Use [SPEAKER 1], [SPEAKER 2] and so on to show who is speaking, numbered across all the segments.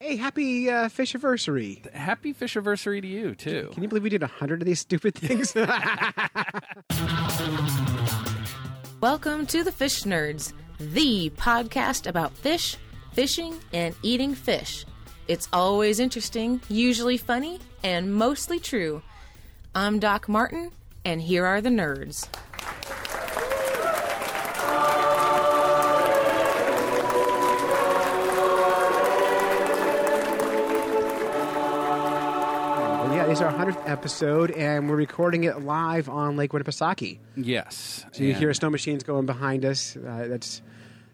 [SPEAKER 1] Hey, happy uh, fish anniversary!
[SPEAKER 2] Happy fish anniversary to you too.
[SPEAKER 1] Can you believe we did a hundred of these stupid things?
[SPEAKER 3] Welcome to the Fish Nerds, the podcast about fish, fishing, and eating fish. It's always interesting, usually funny, and mostly true. I'm Doc Martin, and here are the nerds.
[SPEAKER 1] Well, yeah, it's our hundredth episode, and we're recording it live on Lake Winnipesaukee.
[SPEAKER 2] Yes.
[SPEAKER 1] So you hear snow machines going behind us. Uh, that's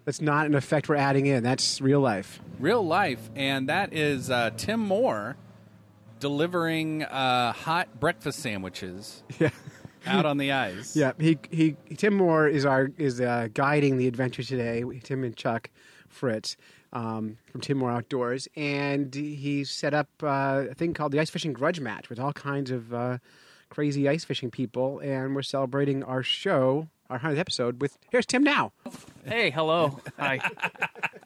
[SPEAKER 1] that's not an effect we're adding in. That's real life.
[SPEAKER 2] real life, and that is uh, Tim Moore delivering uh, hot breakfast sandwiches
[SPEAKER 1] Yeah,
[SPEAKER 2] out on the ice.
[SPEAKER 1] yeah. He he. Tim Moore is our is uh, guiding the adventure today. Tim and Chuck Fritz um, from Tim Moore Outdoors, and he set up uh, a thing called the Ice Fishing Grudge Match with all kinds of uh, crazy ice fishing people, and we're celebrating our show, our hundredth episode with here's Tim now.
[SPEAKER 4] Hey, hello. Hi.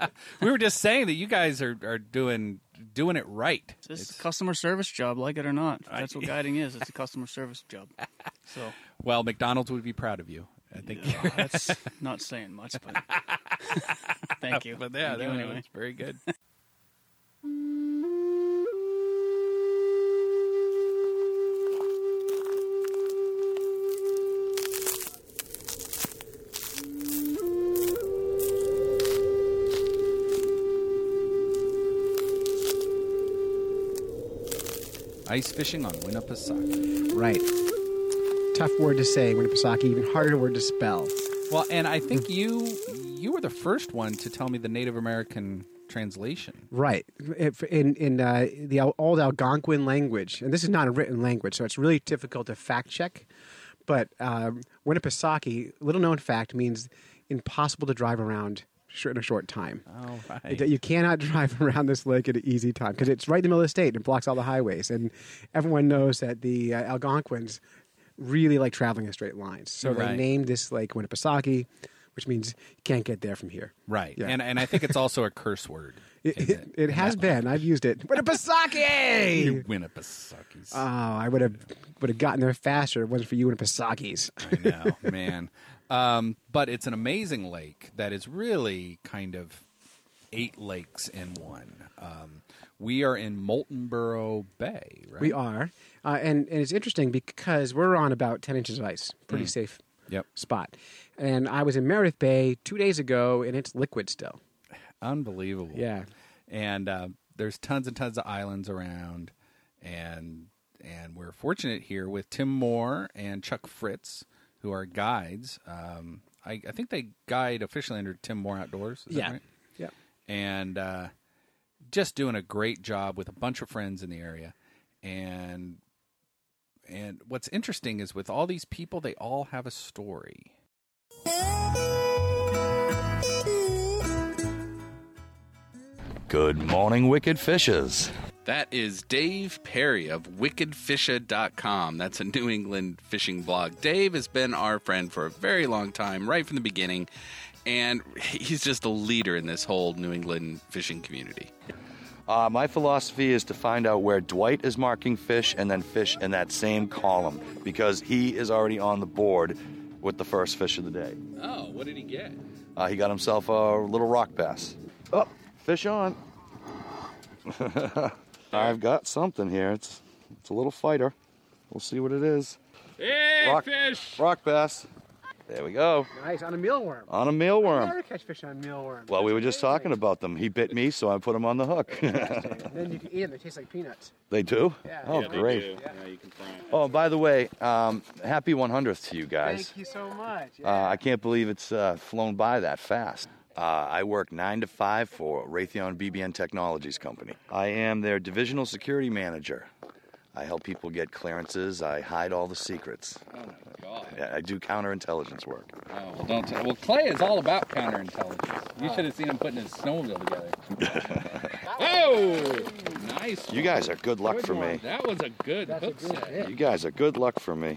[SPEAKER 2] We were just saying that you guys are, are doing doing it right.
[SPEAKER 4] This is a customer service job, like it or not. That's what guiding is. It's a customer service job. So
[SPEAKER 2] Well, McDonald's would be proud of you. I think.
[SPEAKER 4] uh, that's not saying much, but thank you.
[SPEAKER 2] But yeah,
[SPEAKER 4] Thank
[SPEAKER 2] that
[SPEAKER 4] you
[SPEAKER 2] was
[SPEAKER 4] anyway.
[SPEAKER 2] very good. Ice fishing on Winnipesaukee.
[SPEAKER 1] Right. Tough word to say, Winnipesaukee. Even harder word to spell.
[SPEAKER 2] Well, and I think you you were the first one to tell me the Native American translation.
[SPEAKER 1] Right. If- In in uh, the Al- old Algonquin language, and this is not a written language, so it's really difficult to fact check. But um, Winnipesaukee, little known fact, means impossible to drive around sh- in a short time.
[SPEAKER 2] Oh,
[SPEAKER 1] That You cannot drive around this lake at an easy time because it's right in the middle of the state and it blocks all the highways. And everyone knows that the uh, Algonquins really like traveling in straight lines. So they
[SPEAKER 2] Right.
[SPEAKER 1] named this lake Winnipesaukee, which means you can't get there from here.
[SPEAKER 2] Right.
[SPEAKER 1] Yeah.
[SPEAKER 2] And and I think it's also a curse word.
[SPEAKER 1] It, it,
[SPEAKER 2] isn't
[SPEAKER 1] it has
[SPEAKER 2] Yeah.
[SPEAKER 1] been. I've used it.
[SPEAKER 2] You
[SPEAKER 1] Winnipesaukee!
[SPEAKER 2] Winnipesaukis.
[SPEAKER 1] Oh, I would have would have gotten there faster. if It wasn't for you Winnipesaukis.
[SPEAKER 2] I know, Oh, man. Um, but it's an amazing lake that is really kind of eight lakes in one. Um, we are in Moultonboro Bay, right?
[SPEAKER 1] We are, uh, and and it's interesting because we're on about ten inches of ice. Pretty safe.
[SPEAKER 2] Mm. Yep.
[SPEAKER 1] Spot. And I was in Meredith Bay two days ago, and it's liquid still.
[SPEAKER 2] Unbelievable.
[SPEAKER 1] Yeah.
[SPEAKER 2] And uh, there's tons and tons of islands around, and and we're fortunate here with Tim Moore and Chuck Fritz, who are guides. Um, I, I think they guide officially under Tim Moore Outdoors. Is
[SPEAKER 1] yeah.
[SPEAKER 2] That right?
[SPEAKER 1] Yeah.
[SPEAKER 2] and uh, just doing a great job with a bunch of friends in the area. And and what's interesting is with all these people, they all have a story.
[SPEAKER 5] Good morning, wicked fishes.
[SPEAKER 6] That is Dave Perry of wickedfisha.com. That's a New England fishing blog. Dave has been our friend for a very long time, right from the beginning, and he's just a leader in this whole New England fishing community.
[SPEAKER 5] Uh, my philosophy is to find out where Dwight is marking fish and then fish in that same column because he is already on the board with the first fish of the day.
[SPEAKER 6] Oh, what did he get?
[SPEAKER 5] Uh, he got himself a little rock bass. Oh, fish on. I've got something here. It's it's a little fighter. We'll see what it is. rock, fish! Rock bass. There we go.
[SPEAKER 1] Nice on a mealworm.
[SPEAKER 5] On a mealworm.
[SPEAKER 1] Never catch fish on mealworms.
[SPEAKER 5] Well, we were just talking about them. He bit me, so I put him on the hook.
[SPEAKER 1] Then you can eat them. They taste like peanuts.
[SPEAKER 5] they do?
[SPEAKER 1] Yeah.
[SPEAKER 5] Oh,
[SPEAKER 1] Yeah,
[SPEAKER 5] great.
[SPEAKER 1] Yeah.
[SPEAKER 5] Oh, and by the way, um, happy 100th to you guys.
[SPEAKER 1] Thank you so much.
[SPEAKER 5] Uh, I can't believe it's uh, flown by that fast. Uh, I work nine to five for Raytheon BBN Technologies Company. I am their divisional security manager. I help people get clearances. I hide all the secrets.
[SPEAKER 2] Oh my god!
[SPEAKER 5] Yeah, I do counterintelligence work.
[SPEAKER 2] Oh well, don't. Tell, well, Clay is all about counterintelligence. You should have seen him putting his snowmobile together. oh, nice!
[SPEAKER 5] You guys are good luck for me.
[SPEAKER 2] That was a good hook set.
[SPEAKER 5] You guys are good luck for me.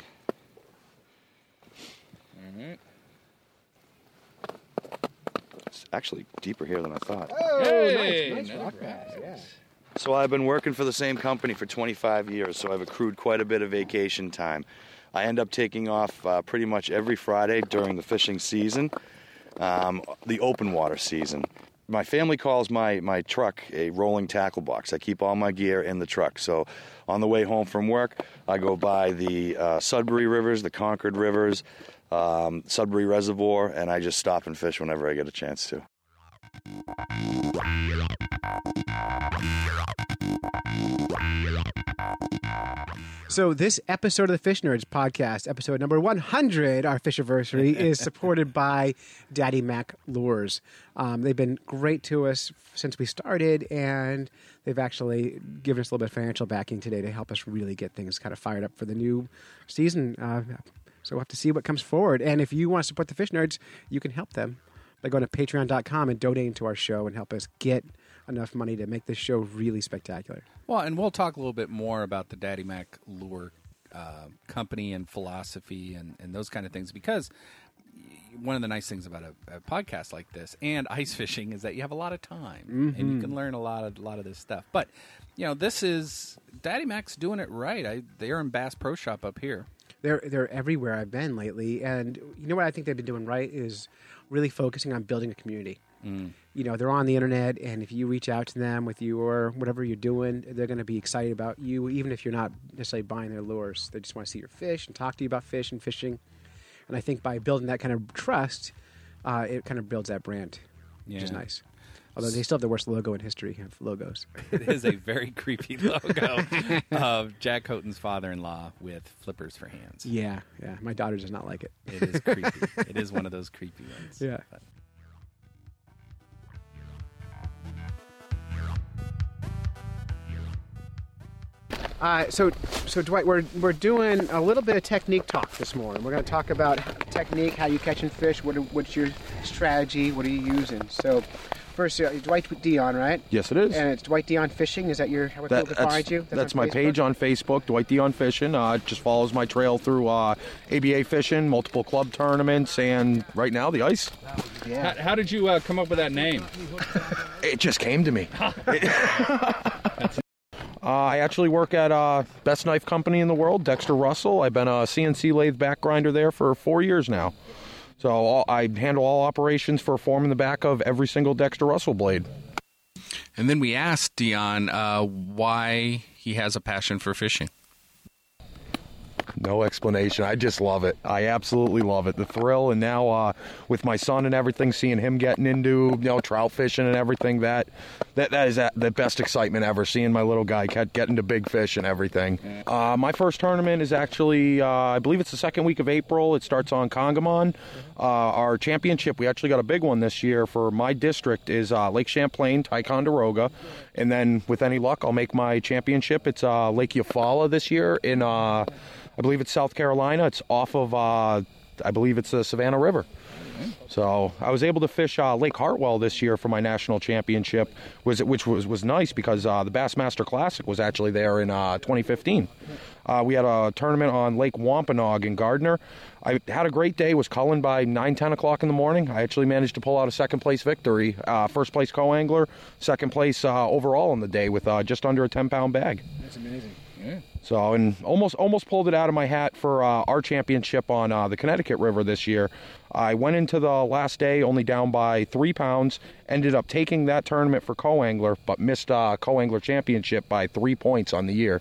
[SPEAKER 5] It's actually deeper here than I thought.
[SPEAKER 2] Hey, nice,
[SPEAKER 1] nice rock bass,
[SPEAKER 2] bass.
[SPEAKER 5] So I've been working for the same company for 25 years, so I've accrued quite a bit of vacation time. I end up taking off uh, pretty much every Friday during the fishing season, um, the open water season. My family calls my, my truck a rolling tackle box. I keep all my gear in the truck. So on the way home from work, I go by the uh, Sudbury Rivers, the Concord Rivers, um, Sudbury Reservoir, and I just stop and fish whenever I get a chance to.
[SPEAKER 1] So this episode of the Fish Nerds podcast, episode number 100, our fish anniversary, is supported by Daddy Mac Lures. Um, they've been great to us since we started, and they've actually given us a little bit of financial backing today to help us really get things kind of fired up for the new season. Uh, so we'll have to see what comes forward. And if you want to support the Fish Nerds, you can help them by going to patreon.com and donating to our show and help us get enough money to make this show really spectacular.
[SPEAKER 2] Well, and we'll talk a little bit more about the Daddy Mac lure uh, company and philosophy and, and those kind of things because one of the nice things about a, a podcast like this and ice fishing is that you have a lot of time and you
[SPEAKER 1] Mm-hmm.
[SPEAKER 2] can learn a lot of a lot of this stuff. But you know, this is Daddy Mac's doing it right. I, they're in Bass Pro Shop up here.
[SPEAKER 1] they're they're everywhere I've been lately, and you know what I think they've been doing right is really focusing on building a community.
[SPEAKER 2] Mm.
[SPEAKER 1] You know, they're on the internet, and if you reach out to them with your whatever you're doing, they're going to be excited about you, even if you're not necessarily buying their lures. They just want to see your fish and talk to you about fish and fishing. And I think by building that kind of trust, uh, it kind of builds that brand, which is
[SPEAKER 2] Yeah.
[SPEAKER 1] nice. Although they still have the worst logo in history of logos.
[SPEAKER 2] It is a very creepy logo of Jack Houghton's father-in-law with flippers for hands.
[SPEAKER 1] yeah, yeah. My daughter does not like it.
[SPEAKER 2] It is creepy. it is one of those creepy ones.
[SPEAKER 1] Yeah.
[SPEAKER 2] But-
[SPEAKER 1] Uh, so, so Dwight, we're we're doing a little bit of technique talk this morning. We're going to talk about technique, how you catching fish, what are- what's your strategy, what are you using. So, first, uh, Dwight Dion, right?
[SPEAKER 7] Yes, it is.
[SPEAKER 1] And it's Dwight Dion Fishing. Is that your how
[SPEAKER 7] That-
[SPEAKER 1] people can
[SPEAKER 7] that's
[SPEAKER 1] find you?
[SPEAKER 7] that's
[SPEAKER 1] on
[SPEAKER 7] my
[SPEAKER 1] Facebook?
[SPEAKER 7] page on Facebook, Dwight Dion Fishing. Uh, it just follows my trail through uh, ABA fishing, multiple club tournaments, and right now the ice.
[SPEAKER 1] Yeah.
[SPEAKER 8] How did you uh, come up with that name?
[SPEAKER 7] It just came to me. uh, I actually work at uh, best knife company in the world, Dexter Russell. I've been a CNC lathe back grinder there for four years now. So all, I handle all operations for forming the back of every single Dexter Russell blade.
[SPEAKER 6] And then we asked Dion uh, why he has a passion for fishing.
[SPEAKER 7] No explanation. I just love it. I absolutely love it. The thrill, and now uh, with my son and everything, seeing him getting into you know trout fishing and everything that that that is that, the best excitement ever. Seeing my little guy get, getting to big fish and everything. Uh, my first tournament is actually uh, I believe it's the second week of April. It starts on Congamon. Uh, our championship we actually got a big one this year for my district is uh, Lake Champlain, Ticonderoga, and then with any luck I'll make my championship. It's uh, Lake Eufaula this year in. Uh, I believe it's South Carolina. It's off of, uh, I believe it's the Savannah River. So I was able to fish uh, Lake Hartwell this year for my national championship, was which was was nice because uh, the Bassmaster Classic was actually there in uh, 2015. Uh, we had a tournament on Lake Wampanoag in Gardner. I had a great day. Was culling by 9, 10 o'clock in the morning. I actually managed to pull out a second place victory, uh, first place co-angler, second place uh, overall in the day with uh, just under a 10 pound bag. So and almost almost pulled it out of my hat for uh, our championship on uh, the Connecticut River this year. I went into the last day only down by three pounds. Ended up taking that tournament for co-angler, but missed uh, co-angler championship by three points on the year.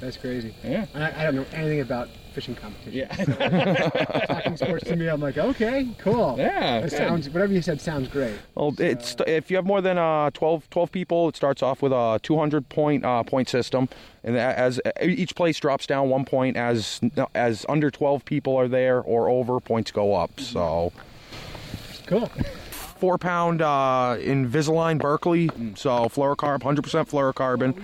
[SPEAKER 1] That's crazy.
[SPEAKER 8] Yeah.
[SPEAKER 1] I, I don't know anything about fishing competition. Yeah. Talking sports to me, I'm like, okay, cool.
[SPEAKER 8] Yeah,
[SPEAKER 1] That
[SPEAKER 8] good.
[SPEAKER 1] sounds whatever you said sounds great.
[SPEAKER 7] Well, it's if you have more than uh, 12, 12 people, it starts off with a 200 point uh, point system, and a- as e, each place drops down one point, as as under 12 people are there or over, points go up. So.
[SPEAKER 1] Cool.
[SPEAKER 7] four pound uh, Invisalign Berkeley, so fluorocarb, 100% fluorocarbon.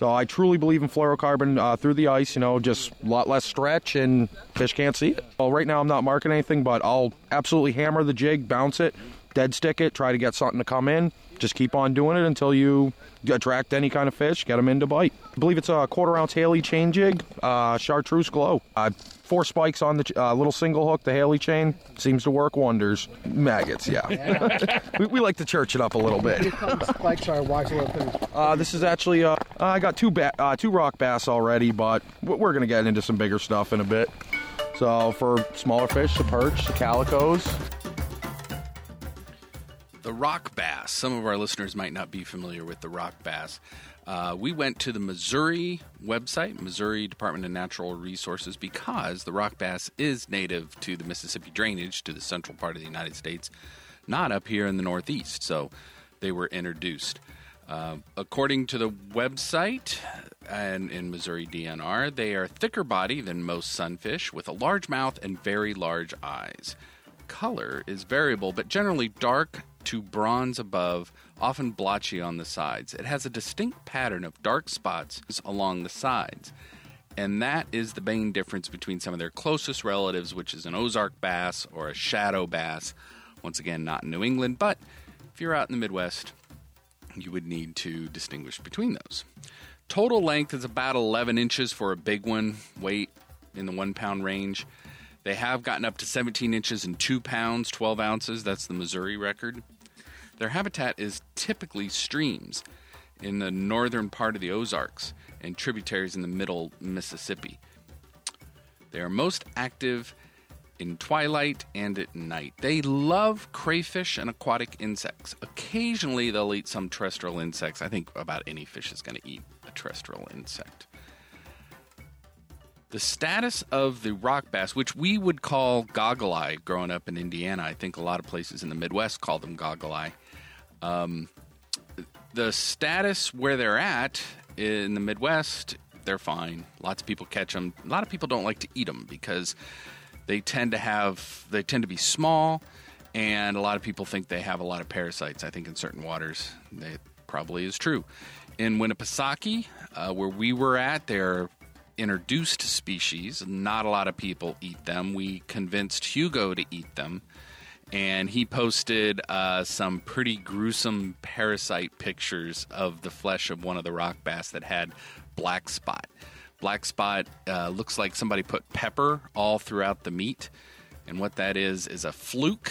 [SPEAKER 7] So I truly believe in fluorocarbon uh, through the ice, you know, just a lot less stretch and fish can't see it. Well, right now I'm not marking anything, but I'll absolutely hammer the jig, bounce it, dead stick it, try to get something to come in. Just keep on doing it until you attract any kind of fish, get them in to bite. I believe it's a quarter ounce Haley chain jig, uh, chartreuse glow. Uh, four spikes on the ch- uh, little single hook, the Haley chain. Seems to work wonders. Maggots, yeah. we, we like to church it up a little bit.
[SPEAKER 8] Spikes are watching little things.
[SPEAKER 7] Uh, this is actually uh, I got two ba- uh, two rock bass already, but w- we're gonna get into some bigger stuff in a bit. So for smaller fish, the perch, the calicos.
[SPEAKER 2] The rock bass. Some of our listeners might not be familiar with the rock bass. Uh, we went to the Missouri website, Missouri Department of Natural Resources, because the rock bass is native to the Mississippi drainage, to the central part of the United States, not up here in the Northeast. So they were introduced. Uh, according to the website and in Missouri DNR, they are thicker body than most sunfish with a large mouth and very large eyes color is variable, but generally dark to bronze above, often blotchy on the sides. It has a distinct pattern of dark spots along the sides. And that is the main difference between some of their closest relatives, which is an Ozark bass or a shadow bass. Once again, not in New England, but if you're out in the Midwest, you would need to distinguish between those. Total length is about 11 inches for a big one, weight in the one pound range. They have gotten up to 17 inches and 2 pounds, 12 ounces. That's the Missouri record. Their habitat is typically streams in the northern part of the Ozarks and tributaries in the middle Mississippi. They are most active in twilight and at night. They love crayfish and aquatic insects. Occasionally, they'll eat some terrestrial insects. I think about any fish is going to eat a terrestrial insect. The status of the rock bass, which we would call goggle eye growing up in Indiana, I think a lot of places in the Midwest call them goggle eye. Um, the status where they're at in the Midwest, they're fine. Lots of people catch them. A lot of people don't like to eat them because they tend to have they tend to be small, and a lot of people think they have a lot of parasites. I think in certain waters, that probably is true. In Winnipesaukee, uh, where we were at, they're introduced species. Not a lot of people eat them. We convinced Hugo to eat them, and he posted uh, some pretty gruesome parasite pictures of the flesh of one of the rock bass that had black spot. Black spot uh, looks like somebody put pepper all throughout the meat, and what that is is a fluke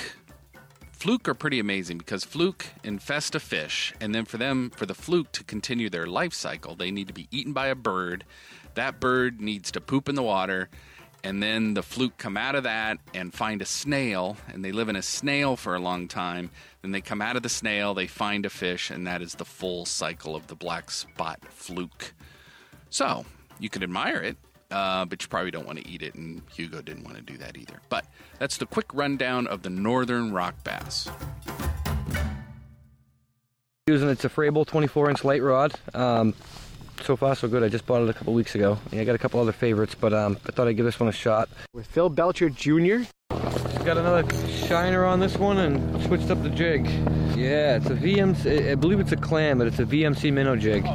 [SPEAKER 2] fluke are pretty amazing because fluke infest a fish and then for them for the fluke to continue their life cycle they need to be eaten by a bird that bird needs to poop in the water and then the fluke come out of that and find a snail and they live in a snail for a long time then they come out of the snail they find a fish and that is the full cycle of the black spot fluke so you can admire it, uh, but you probably don't want to eat it, and Hugo didn't want to do that either. But that's the quick rundown of the northern rock bass.
[SPEAKER 9] Using it's a Frable 24 inch light rod. Um, so far, so good. I just bought it a couple weeks ago. And I got a couple other favorites, but um, I thought I'd give this one a shot.
[SPEAKER 8] With Phil Belcher Jr.
[SPEAKER 9] Got another shiner on this one and switched up the jig. Yeah, it's a VMC. I- I believe it's a clam, but it's a VMC minnow jig.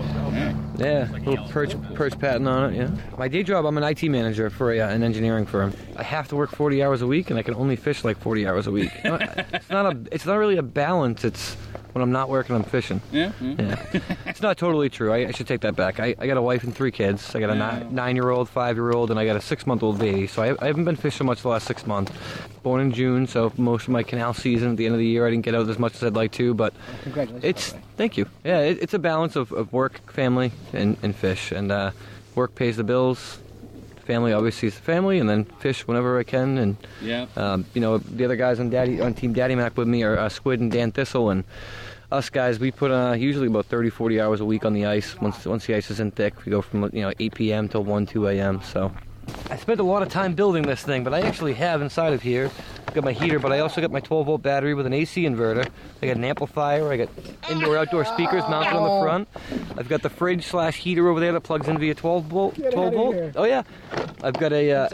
[SPEAKER 9] Yeah, little perch perch pattern on it. Yeah. My day job, I'm an IT manager for a, uh, an engineering firm. I have to work 40 hours a week, and I can only fish like 40 hours a week. No, it's not a. It's not really a balance. It's when I'm not working, I'm fishing.
[SPEAKER 10] Yeah. yeah.
[SPEAKER 9] Yeah. it's not totally true. I, I should take that back. I, I got a wife and three kids. I got a ni- nine year old, five year old, and I got a six month old baby. So I, I haven't been fishing much the last six months. Born in June, so most of my canal season at the end of the year, I didn't get out as much as I'd like to. But
[SPEAKER 8] Congratulations.
[SPEAKER 9] it's thank you. Yeah, it, it's a balance of, of work, family, and, and fish. And uh, work pays the bills. Family obviously is the family, and then fish whenever I can. And um, you know, the other guys on Daddy on Team Daddy Mac with me are uh, Squid and Dan Thistle, and us guys. We put uh, usually about 30, 40 hours a week on the ice. Once once the ice is in thick, we go from you know 8 p.m. till 1, 2 a.m. So I spent a lot of time building this thing, but I actually have inside of here I've got my heater, but I also got my 12 volt battery with an AC inverter. I got an amplifier. I got indoor outdoor speakers mounted on the front. I've got the fridge slash heater over there that plugs in via 12 volt. 12 volt. Oh yeah. I've got a. Uh,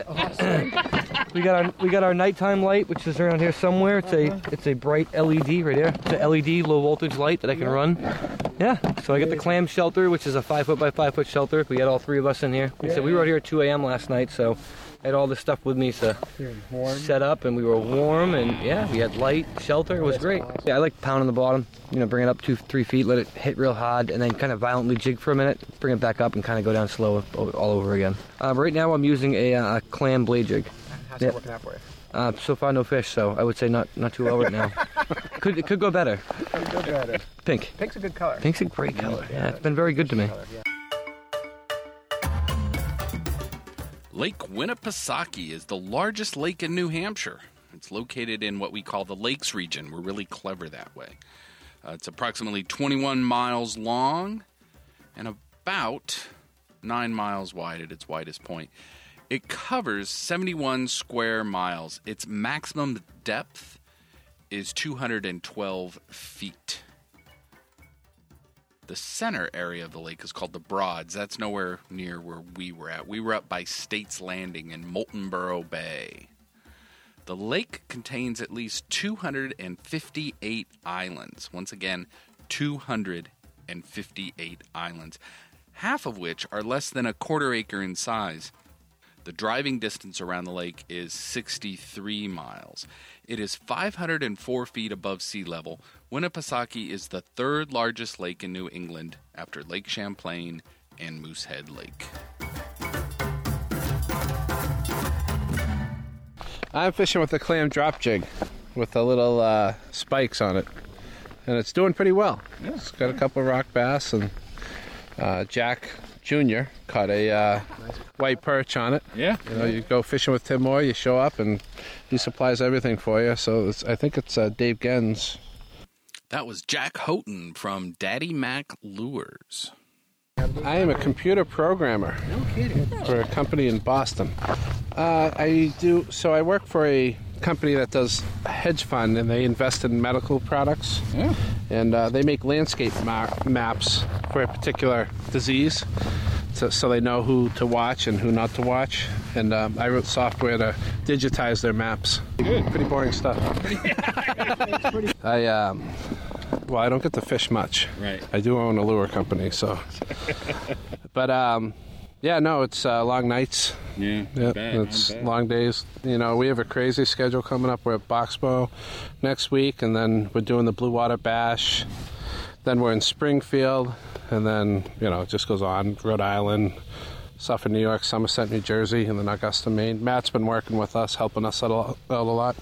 [SPEAKER 9] we got our we got our nighttime light, which is around here somewhere. It's a it's a bright LED right there. It's a LED low voltage light that I can run. Yeah. So I got the clam shelter, which is a five foot by five foot shelter. We had all three of us in here. We said we were out here at 2 a.m. last night, so I had all this stuff with me to set up, and we were warm, and yeah, we had light, shelter. It was great. Yeah, I like pounding the bottom. You know, bring it up two, three feet, let it hit real hard, and then kind of violently jig for a minute, bring it back up, and kind of go down slow o- all over again. Uh, right now, I'm using a, uh, a clam blade jig.
[SPEAKER 1] How's
[SPEAKER 9] Yeah.
[SPEAKER 1] that working out for you?
[SPEAKER 9] Uh, so far, no fish, so I would say not not too well right now. could it could go better.
[SPEAKER 1] Could go better.
[SPEAKER 9] Pink.
[SPEAKER 1] Pink's a good color.
[SPEAKER 9] Pink's a great color. Yeah, it's been very good to me.
[SPEAKER 2] Lake Winnipesaukee is the largest lake in New Hampshire. It's located in what we call the Lakes region. We're really clever that way. Uh, it's approximately 21 miles long and about 9 miles wide at its widest point. It covers 71 square miles. Its maximum depth is 212 feet. The center area of the lake is called the Broads. That's nowhere near where we were at. We were up by States Landing in Moultonboro Bay. The lake contains at least 258 islands. Once again, 258 islands, half of which are less than a quarter acre in size. The driving distance around the lake is 63 miles. It is 504 feet above sea level. Winnipesaukee is the third largest lake in New England after Lake Champlain and Moosehead Lake.
[SPEAKER 11] I'm fishing with a clam drop jig with a little uh, spikes on it. And it's doing pretty well. It's got a couple rock bass, and uh, Jack Jr. caught a uh, white perch on it.
[SPEAKER 12] Yeah.
[SPEAKER 11] You know, you go fishing with Tim Moore, you show up, and he supplies everything for you. So it's, I think it's uh, Dave Gens.
[SPEAKER 2] That was Jack Houghton from Daddy Mac Lures.
[SPEAKER 11] I am a computer programmer for a company in Boston. Uh, I do so. I work for a company that does a hedge fund, and they invest in medical products.
[SPEAKER 12] Yeah.
[SPEAKER 11] And uh, they make landscape ma- maps for a particular disease, so, so they know who to watch and who not to watch. And um, I wrote software to digitize their maps. Pretty boring stuff. I um, well, I don't get to fish much.
[SPEAKER 12] Right.
[SPEAKER 11] I do own a lure company, so. but um, yeah, no, it's uh, long nights.
[SPEAKER 12] Yeah.
[SPEAKER 11] Yeah,
[SPEAKER 12] Bad,
[SPEAKER 11] it's
[SPEAKER 12] not bad.
[SPEAKER 11] long days. You know, we have a crazy schedule coming up. We're at Boxbow next week, and then we're doing the Blue Water Bash. Then we're in Springfield, and then you know it just goes on. Rhode Island, Suffolk, New York, Somerset, New Jersey, and then Augusta, Maine. Matt's been working with us, helping us out a out a lot.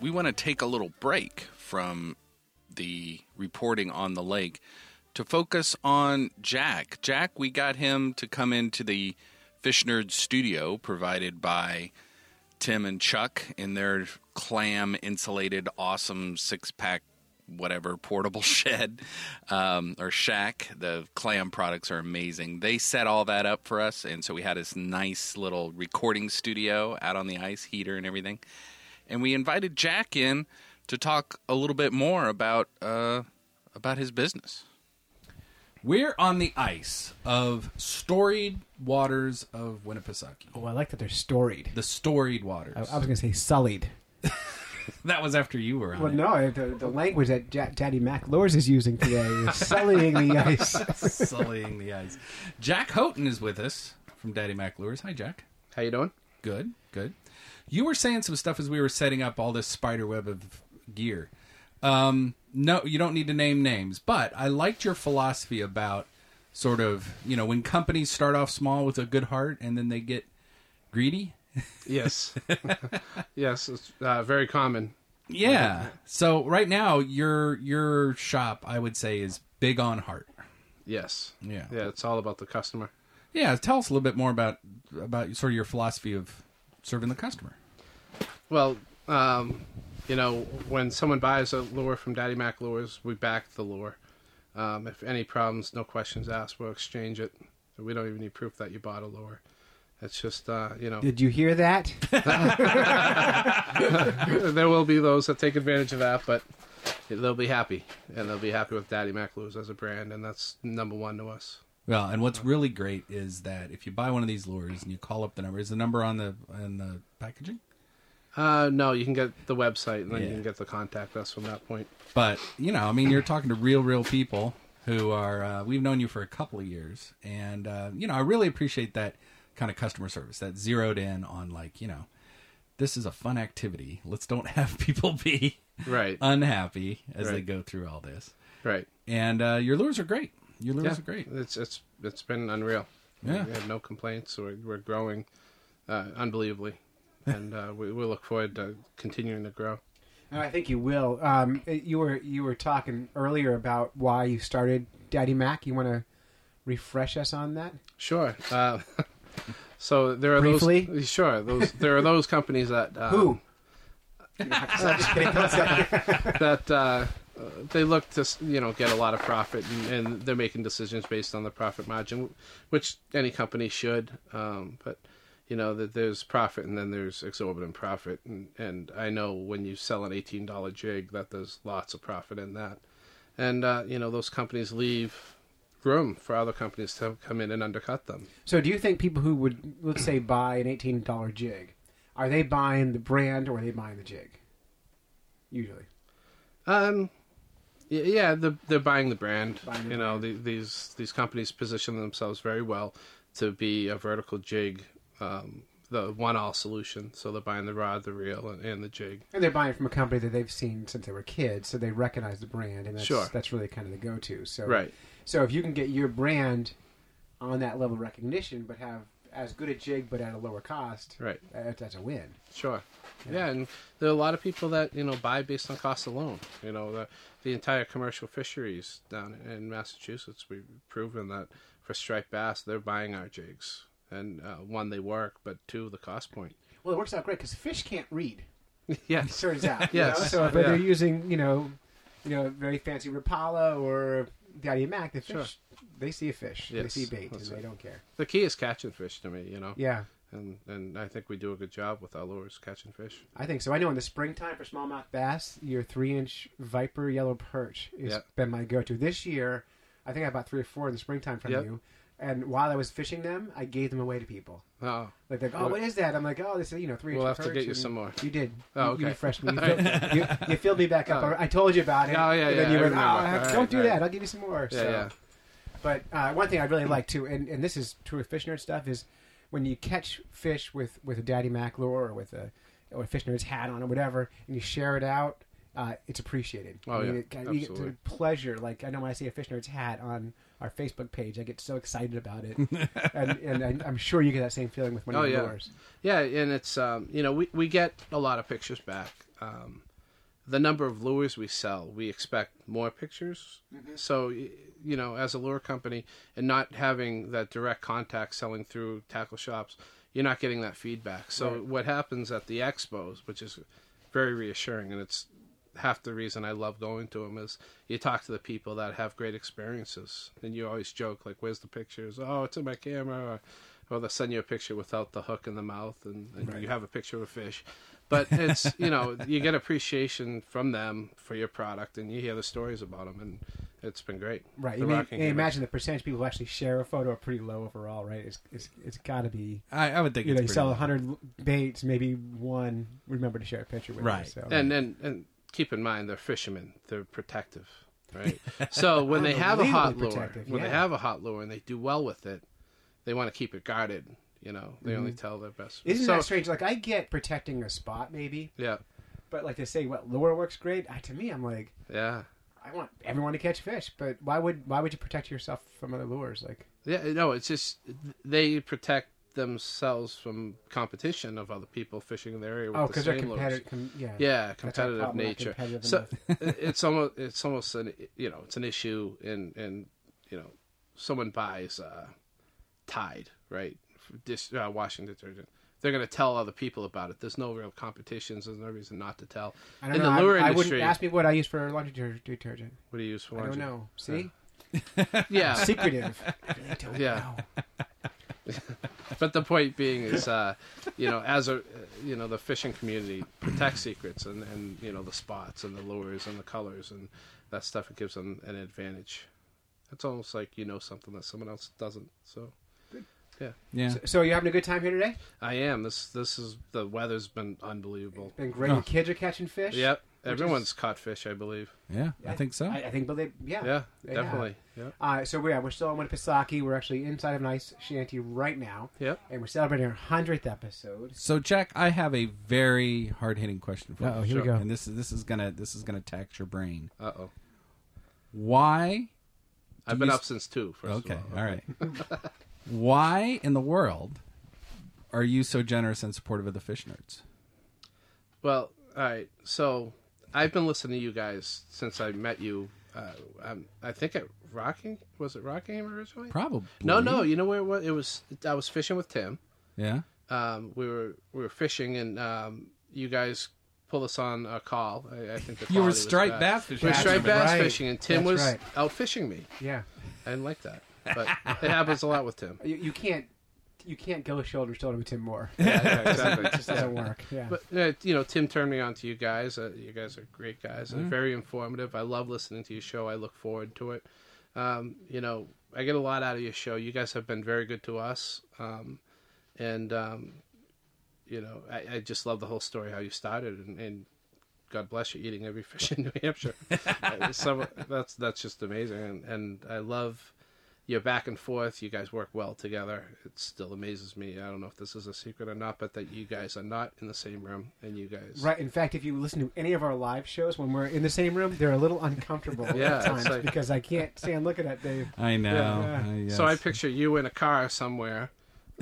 [SPEAKER 2] we want to take a little break from the reporting on the lake to focus on Jack. Jack, we got him to come into the Fish Nerd studio provided by Tim and Chuck in their clam insulated, awesome six pack, whatever, portable shed um, or shack. The clam products are amazing. They set all that up for us. And so we had this nice little recording studio out on the ice, heater and everything and we invited Jack in to talk a little bit more about uh, about his business.
[SPEAKER 13] We're on the ice of storied waters of Winnipesaukee.
[SPEAKER 1] Oh, I like that they're storied.
[SPEAKER 13] The storied waters.
[SPEAKER 1] I, I was going to say sullied.
[SPEAKER 13] that was after you were on.
[SPEAKER 1] Well,
[SPEAKER 13] it.
[SPEAKER 1] no, the, the language that ja- Daddy Mac Lures is using today is sullying the ice.
[SPEAKER 13] sullying the ice. Jack Houghton is with us from Daddy Mac Lures. Hi, Jack.
[SPEAKER 11] How you doing?
[SPEAKER 13] Good, good. You were saying some stuff as we were setting up all this spider web of gear. Um, no, you don't need to name names, but I liked your philosophy about sort of you know when companies start off small with a good heart and then they get greedy.
[SPEAKER 11] Yes, yes, it's uh, very common.
[SPEAKER 13] Yeah. So right now your your shop I would say is big on heart.
[SPEAKER 11] Yes,
[SPEAKER 13] Yeah.
[SPEAKER 11] yeah, it's all about the customer.
[SPEAKER 13] Yeah. Tell us a little bit more about about sort of your philosophy of serving the customer.
[SPEAKER 11] Well, um, you know, when someone buys a lure from Daddy Mac Lures, we back the lure. Um, if any problems, no questions asked, we'll exchange it. We don't even need proof that you bought a lure. It's just, uh, you know,
[SPEAKER 1] Did you hear that?
[SPEAKER 11] there will be those that take advantage of that, but they'll be happy. And they'll be happy with Daddy Mac Lures as a brand, and that's number one to us.
[SPEAKER 13] Well, and what's really great is that if you buy one of these lures and you call up the number, is the number on the on the packaging?
[SPEAKER 11] Uh, no, you can get the website, and then
[SPEAKER 13] Yeah.
[SPEAKER 11] you can get the contact us from that point.
[SPEAKER 13] But you know, I mean, you're talking to real, real people
[SPEAKER 2] who are uh, we've known you for a couple of years, and uh, you know I really appreciate that kind of customer service that zeroed in on like you know this is a fun activity. Let's don't have people be
[SPEAKER 14] Right.
[SPEAKER 2] unhappy as they
[SPEAKER 14] Right.
[SPEAKER 2] go through all this.
[SPEAKER 11] Right.
[SPEAKER 2] And uh, your lures are great. Your lures
[SPEAKER 11] Yeah,
[SPEAKER 2] are great.
[SPEAKER 11] It's it's it's been unreal.
[SPEAKER 2] Yeah.
[SPEAKER 11] we have no complaints. We're we're growing uh, unbelievably, and uh, we we look forward to continuing to grow.
[SPEAKER 1] I think you will. Um, you were you were talking earlier about why you started Daddy Mac. You want to refresh us on that?
[SPEAKER 11] Sure. Uh, so there are
[SPEAKER 1] Briefly?
[SPEAKER 11] those. Sure. Those there are those companies that um,
[SPEAKER 1] Who?
[SPEAKER 11] that uh, they look to you know get a lot of profit and, and they're making decisions based on the profit margin, which any company should. Um, but you know that there's profit and then there's exorbitant profit, and, and I know when you sell an eighteen dollar jig that there's lots of profit in that, and uh, you know those companies leave room for other companies to come in and undercut them.
[SPEAKER 1] So, do you think people who would let's say buy an eighteen dollar jig, are they buying the brand or are they buying the jig? Usually,
[SPEAKER 11] Um, y- yeah, the, they're buying the brand. you know, The, these these companies position themselves very well to be a vertical jig, um, the one-all solution. So they're buying the rod, the reel, and, and the jig.
[SPEAKER 1] and they're buying from a company that they've seen since they were kids, so they recognize the brand, and that's
[SPEAKER 11] Sure.
[SPEAKER 1] that's really kind of the go to. So,
[SPEAKER 11] Right.
[SPEAKER 1] So, if you can get your brand on that level of recognition, but have as good a jig but at a lower cost,
[SPEAKER 11] Right.
[SPEAKER 1] that- that's a win.
[SPEAKER 11] Sure. Yeah. and there are a lot of people that you know buy based on cost alone. You know, the the entire commercial fisheries down in Massachusetts, we've proven that for striped bass, they're buying our jigs, and uh, one they work, but two the cost point.
[SPEAKER 1] Well, it works out great because fish can't read.
[SPEAKER 11] Yes.
[SPEAKER 1] it turns out.
[SPEAKER 11] Yes.
[SPEAKER 1] You know? So, but
[SPEAKER 11] Yeah.
[SPEAKER 1] they're using you know, you know, very fancy Rapala or Daddy Mac. The fish, they see a fish,
[SPEAKER 11] Yes,
[SPEAKER 1] they see bait, and
[SPEAKER 11] that's
[SPEAKER 1] they
[SPEAKER 11] it.
[SPEAKER 1] don't care.
[SPEAKER 11] The key is catching fish to me, you know.
[SPEAKER 1] Yeah.
[SPEAKER 11] And and I think we do a good job with our lures catching fish.
[SPEAKER 1] I think so. I know in the springtime for smallmouth bass, your three-inch Viper yellow perch has
[SPEAKER 11] Yep.
[SPEAKER 1] been my go-to. This year, I think I bought three or four in the springtime from
[SPEAKER 11] Yep.
[SPEAKER 1] you. And while I was fishing them, I gave them away to people.
[SPEAKER 11] Oh.
[SPEAKER 1] Like, they're like, oh, what is that? I'm like, oh, this is, you know, three
[SPEAKER 11] We'll
[SPEAKER 1] inch
[SPEAKER 11] have to
[SPEAKER 1] perch
[SPEAKER 11] get you
[SPEAKER 1] and-
[SPEAKER 11] some more.
[SPEAKER 1] You did.
[SPEAKER 11] Oh,
[SPEAKER 1] You-
[SPEAKER 11] okay.
[SPEAKER 1] You refreshed me. You filled, you, you filled me back up.
[SPEAKER 11] Oh.
[SPEAKER 1] I told you about it.
[SPEAKER 11] Oh, yeah,
[SPEAKER 1] And then
[SPEAKER 11] yeah,
[SPEAKER 1] you
[SPEAKER 11] I
[SPEAKER 1] went,
[SPEAKER 11] remember.
[SPEAKER 1] oh,
[SPEAKER 11] All right,
[SPEAKER 1] don't do
[SPEAKER 11] all right.
[SPEAKER 1] that. I'll give you some more.
[SPEAKER 11] Yeah,
[SPEAKER 1] so.
[SPEAKER 11] yeah.
[SPEAKER 1] But uh, one thing I really like too, and, and this is true of fish nerd stuff, is when you catch fish with, with a daddy mac lure or with a or a fish nerd's hat on or whatever, and you share it out, uh, it's appreciated.
[SPEAKER 11] Oh,
[SPEAKER 1] I mean,
[SPEAKER 11] yeah.
[SPEAKER 1] it- you get
[SPEAKER 11] Absolutely.
[SPEAKER 1] to pleasure. Like I know when I see a fish nerd's hat on our Facebook page, I get so excited about it, and and I, I'm sure you get that same feeling with one
[SPEAKER 11] oh
[SPEAKER 1] of your
[SPEAKER 11] yeah.
[SPEAKER 1] lures.
[SPEAKER 11] Yeah, and it's um, you know, we, we get a lot of pictures back. Um, the number of lures we sell, we expect more pictures.
[SPEAKER 1] Mm-hmm.
[SPEAKER 11] So y- you know, as a lure company and not having that direct contact selling through tackle shops, you're not getting that feedback. So
[SPEAKER 14] Right.
[SPEAKER 11] what happens at the expos, which is very reassuring and it's half the reason I love going to them is you talk to the people that have great experiences, and you always joke like, "Where's the pictures? Oh, it's in my camera," or, or they'll send you a picture without the hook in the mouth, and, and
[SPEAKER 14] Right.
[SPEAKER 11] you have a picture of a fish. But it's you know you get appreciation from them for your product, and you hear the stories about them, and it's been great.
[SPEAKER 1] Right.
[SPEAKER 11] The
[SPEAKER 1] You mean,
[SPEAKER 11] Rocking
[SPEAKER 1] and
[SPEAKER 11] Hammer.
[SPEAKER 1] imagine the percentage of people who actually share a photo are pretty low overall, right? It's it's, it's got to be.
[SPEAKER 2] I- I would think
[SPEAKER 1] you
[SPEAKER 2] it's
[SPEAKER 1] know you
[SPEAKER 2] pretty
[SPEAKER 1] sell
[SPEAKER 2] low.
[SPEAKER 1] hundred baits, maybe one remember to share a picture with
[SPEAKER 2] Right.
[SPEAKER 1] You, so.
[SPEAKER 11] and and and keep in mind they're fishermen they're protective right so when they have a hot
[SPEAKER 1] Unbelievably
[SPEAKER 11] lure
[SPEAKER 1] protective,
[SPEAKER 11] when they
[SPEAKER 1] yeah.
[SPEAKER 11] have a hot lure and they do well with it they want to keep it guarded you know they only
[SPEAKER 1] Mhm.
[SPEAKER 11] tell their best
[SPEAKER 1] Isn't
[SPEAKER 11] so,
[SPEAKER 1] that strange? Like I get protecting a spot maybe,
[SPEAKER 11] yeah
[SPEAKER 1] but like to say what lure works great, I, to me I'm like
[SPEAKER 11] yeah
[SPEAKER 1] I want everyone to catch fish, but why would why would you protect yourself from other lures? Like
[SPEAKER 11] yeah no it's just they protect themselves from competition of other people fishing in their area with
[SPEAKER 1] Oh,
[SPEAKER 11] the
[SPEAKER 1] 'cause they're
[SPEAKER 11] same lures.
[SPEAKER 1] competi- com- yeah.
[SPEAKER 11] yeah
[SPEAKER 1] That's our
[SPEAKER 11] competitive
[SPEAKER 1] problem, not
[SPEAKER 11] nature
[SPEAKER 1] competitive
[SPEAKER 11] so
[SPEAKER 1] enough.
[SPEAKER 11] it's almost it's almost an you know it's an issue and and you know someone buys uh tide right Dis, uh, washing detergent they're going to tell other people about it there's no real competitions there's no reason not to tell
[SPEAKER 1] I don't
[SPEAKER 11] in
[SPEAKER 1] know.
[SPEAKER 11] the lure
[SPEAKER 1] I, I
[SPEAKER 11] industry
[SPEAKER 1] wouldn't ask me what I use for laundry deter- detergent.
[SPEAKER 11] what do you use for
[SPEAKER 1] I don't
[SPEAKER 11] laundry?
[SPEAKER 1] know. See?
[SPEAKER 11] yeah
[SPEAKER 1] Secretive. I really don't
[SPEAKER 11] yeah but the point being is uh you know as a you know the fishing community protects secrets and and you know the spots and the lures and the colors and that stuff it gives them an advantage it's almost like you know something that someone else doesn't so yeah
[SPEAKER 2] Yeah.
[SPEAKER 1] So, so you're having a good time here today?
[SPEAKER 11] i am this this is the weather's been unbelievable
[SPEAKER 2] Oh.
[SPEAKER 1] Been great. Your kids are catching fish.
[SPEAKER 11] Yep. Everyone's caught fish, I believe.
[SPEAKER 2] Yeah, I think so.
[SPEAKER 1] I, I think, but they, yeah,
[SPEAKER 11] Yeah,
[SPEAKER 1] they
[SPEAKER 11] definitely.
[SPEAKER 1] have.
[SPEAKER 11] Yep.
[SPEAKER 1] Uh, so yeah, we're still on Winnipesaukee. We're actually inside of an ice shanty right now.
[SPEAKER 11] Yep.
[SPEAKER 1] And we're celebrating our hundredth episode.
[SPEAKER 2] So Jack, I have a very hard hitting question for you.
[SPEAKER 1] Uh-oh, here we Sure. go.
[SPEAKER 2] And this is this is gonna this is gonna tax your brain.
[SPEAKER 11] Uh oh.
[SPEAKER 2] Why?
[SPEAKER 11] I've
[SPEAKER 2] do
[SPEAKER 11] been
[SPEAKER 2] you
[SPEAKER 11] up
[SPEAKER 2] s-
[SPEAKER 11] since two. First
[SPEAKER 2] okay,
[SPEAKER 11] of all.
[SPEAKER 2] all right. Why in the world are you so generous and supportive of the fish nerds?
[SPEAKER 11] Well, all right. So I've been listening to you guys since I met you. Uh, um, I think at Rocking was it Rockingham originally?
[SPEAKER 2] Probably.
[SPEAKER 11] No, no. You know where it was? It was I was fishing with Tim.
[SPEAKER 2] Yeah.
[SPEAKER 11] Um, we were we were fishing and um, you guys pulled us on a call. I, I think the
[SPEAKER 2] You
[SPEAKER 11] quality
[SPEAKER 2] were
[SPEAKER 11] was bad.
[SPEAKER 2] striped bass fishing.
[SPEAKER 11] We were
[SPEAKER 2] That's
[SPEAKER 11] striped bass
[SPEAKER 1] right.
[SPEAKER 11] fishing, and Tim
[SPEAKER 1] That's
[SPEAKER 11] was
[SPEAKER 1] right.
[SPEAKER 11] out fishing me.
[SPEAKER 1] Yeah.
[SPEAKER 11] I didn't like that, but it happens a lot with Tim.
[SPEAKER 1] You, you can't, you can't go shoulder to shoulder with Tim Moore.
[SPEAKER 11] Yeah, yeah,
[SPEAKER 1] it just
[SPEAKER 11] exactly.
[SPEAKER 1] doesn't work. Yeah.
[SPEAKER 11] But uh, you know, Tim turned me on to you guys. Uh, you guys are great guys.
[SPEAKER 1] Mm-hmm.
[SPEAKER 11] and Very informative. I love listening to your show. I look forward to it. Um, you know, I get a lot out of your show. You guys have been very good to us, um, and um, you know, I, I just love the whole story how you started and. and God bless you eating every fish in New Hampshire. Uh, Some, that's that's just amazing, and, and I love your back and forth. You guys work well together. It still amazes me. I don't know if this is a secret or not, but that you guys are not in the same room, and you guys
[SPEAKER 1] Right. In fact, if you listen to any of our live shows when we're in the same room, they're a little uncomfortable at
[SPEAKER 11] Yeah, it's
[SPEAKER 1] times
[SPEAKER 11] like-
[SPEAKER 1] because I can't stand looking at Dave.
[SPEAKER 2] I know.
[SPEAKER 1] Yeah.
[SPEAKER 2] Uh, yes.
[SPEAKER 11] So I picture you in a car somewhere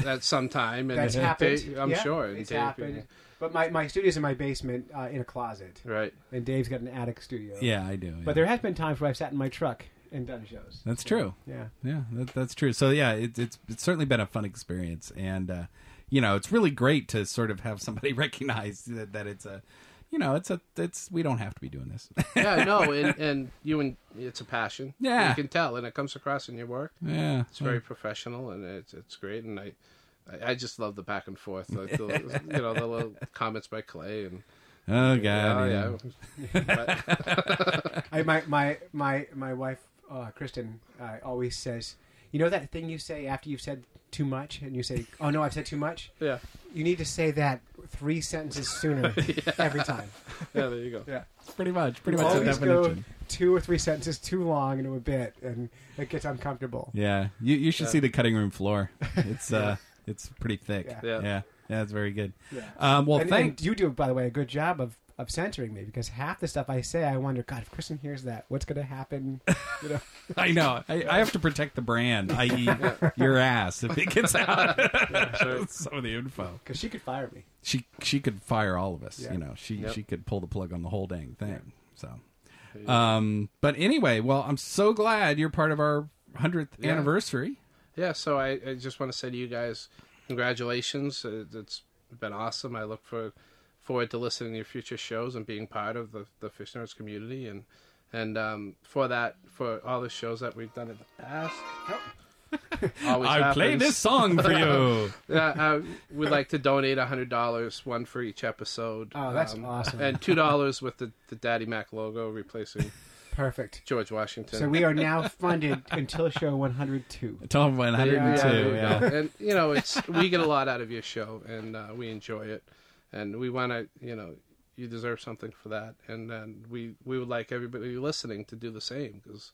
[SPEAKER 11] at some time, and
[SPEAKER 1] That's
[SPEAKER 11] Dave-
[SPEAKER 1] happened.
[SPEAKER 11] I'm
[SPEAKER 1] Yeah,
[SPEAKER 11] sure and
[SPEAKER 1] it's
[SPEAKER 11] Dave-
[SPEAKER 1] happened. But my my studio's in my basement uh, in a closet,
[SPEAKER 11] Right.
[SPEAKER 1] and Dave's got an attic studio.
[SPEAKER 2] Yeah, I do. yeah.
[SPEAKER 1] But there has been times where I've sat in my truck and done shows.
[SPEAKER 2] That's true.
[SPEAKER 1] Yeah.
[SPEAKER 2] yeah, that, that's true. So yeah, it, it's it's certainly been a fun experience, and uh, you know, it's really great to sort of have somebody recognize that, that it's a, you know, it's a it's we don't have to be doing this.
[SPEAKER 11] Yeah, no, and, and you and it's a passion.
[SPEAKER 2] Yeah.
[SPEAKER 11] you can tell, and it comes across in your work.
[SPEAKER 2] yeah,
[SPEAKER 11] It's very professional, and it's it's great, and I. I- I just love the back and forth, like the, you know, the little comments by Clay and
[SPEAKER 2] Oh god,
[SPEAKER 11] oh,
[SPEAKER 2] yeah.
[SPEAKER 11] yeah. But-
[SPEAKER 1] I, my my my my wife, uh, Kristen, uh, always says, you know that thing you say after you've said too much, and you say, "Oh no, I've said too much."
[SPEAKER 11] yeah,
[SPEAKER 1] You need to say that three sentences sooner every time.
[SPEAKER 11] yeah, there you go.
[SPEAKER 1] Yeah.
[SPEAKER 2] pretty much, pretty much the
[SPEAKER 1] Always go
[SPEAKER 2] definition.
[SPEAKER 1] two or three sentences too long into a bit, and it gets uncomfortable.
[SPEAKER 2] Yeah, you you should see the cutting room floor. It's uh, it's pretty thick.
[SPEAKER 1] Yeah.
[SPEAKER 2] yeah,
[SPEAKER 11] Yeah.
[SPEAKER 2] yeah, it's very good.
[SPEAKER 1] Yeah.
[SPEAKER 2] Um, well,
[SPEAKER 1] and,
[SPEAKER 2] thank
[SPEAKER 1] and you do, by the way, a good job of, of censoring me because half the stuff I say, I wonder, God, if Kristen hears that, what's going to happen? You know,
[SPEAKER 2] I know. I, I have to protect the brand, i.e., E, your ass, if it gets out. Some of the info.
[SPEAKER 1] because she could fire me.
[SPEAKER 2] She she could fire all of us.
[SPEAKER 1] Yeah.
[SPEAKER 2] You know, she
[SPEAKER 11] Yep.
[SPEAKER 2] she could pull the plug on the whole dang thing. So, um, but anyway, well, I'm so glad you're part of our hundredth
[SPEAKER 11] Yeah.
[SPEAKER 2] anniversary.
[SPEAKER 11] Yeah, so I, I just want to say to you guys, congratulations. Uh, It's been awesome. I look for, forward to listening to your future shows and being part of the, the Fish Nerds community. And, and um, for that, for all the shows that we've done in the past. Always
[SPEAKER 2] I'll play
[SPEAKER 11] happens.
[SPEAKER 2] this song for you.
[SPEAKER 11] Yeah, uh, we'd like to donate hundred dollars, one for each episode. Um,
[SPEAKER 1] Oh, that's awesome.
[SPEAKER 11] And two dollars with the, the Daddy Mac logo replacing
[SPEAKER 1] Perfect.
[SPEAKER 11] George Washington.
[SPEAKER 1] So we are now funded until show 102.
[SPEAKER 2] Tom
[SPEAKER 11] Yeah, there
[SPEAKER 2] 102.
[SPEAKER 11] you
[SPEAKER 2] Yeah.
[SPEAKER 11] go. And you know, it's we get a lot out of your show, and uh, we enjoy it, and we want to, you know, you deserve something for that, and then we we would like everybody listening to do the same because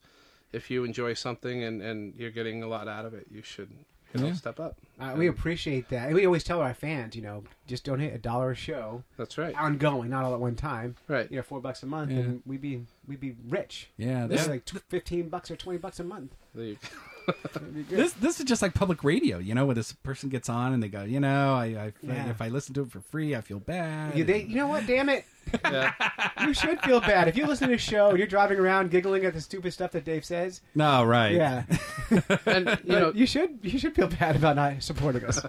[SPEAKER 11] if you enjoy something and and you're getting a lot out of it, you should you know
[SPEAKER 2] Yeah.
[SPEAKER 11] step up.
[SPEAKER 1] Uh, we appreciate that. And we always tell our fans, you know, just donate a dollar a show,
[SPEAKER 11] That's right.
[SPEAKER 1] ongoing, not all at one time.
[SPEAKER 11] Right.
[SPEAKER 1] You know, four bucks a month,
[SPEAKER 2] Yeah.
[SPEAKER 1] and we'd be we'd be rich.
[SPEAKER 2] Yeah,
[SPEAKER 1] This
[SPEAKER 2] this,
[SPEAKER 1] is like tw- fifteen bucks or twenty bucks a month.
[SPEAKER 11] There you
[SPEAKER 1] It'd be good.
[SPEAKER 2] this this is just like public radio, you know, where this person gets on and they go, you know, I, I
[SPEAKER 1] Yeah.
[SPEAKER 2] if I listen to it for free, I feel bad.
[SPEAKER 1] You, they, you know what? Damn it!
[SPEAKER 11] go. Yeah.
[SPEAKER 1] You should feel bad if you listen to a show and you're driving around giggling at the stupid stuff that Dave says.
[SPEAKER 2] no, right?
[SPEAKER 1] Yeah,
[SPEAKER 11] and you
[SPEAKER 1] But
[SPEAKER 11] know,
[SPEAKER 1] you should you should feel bad about not supporting us.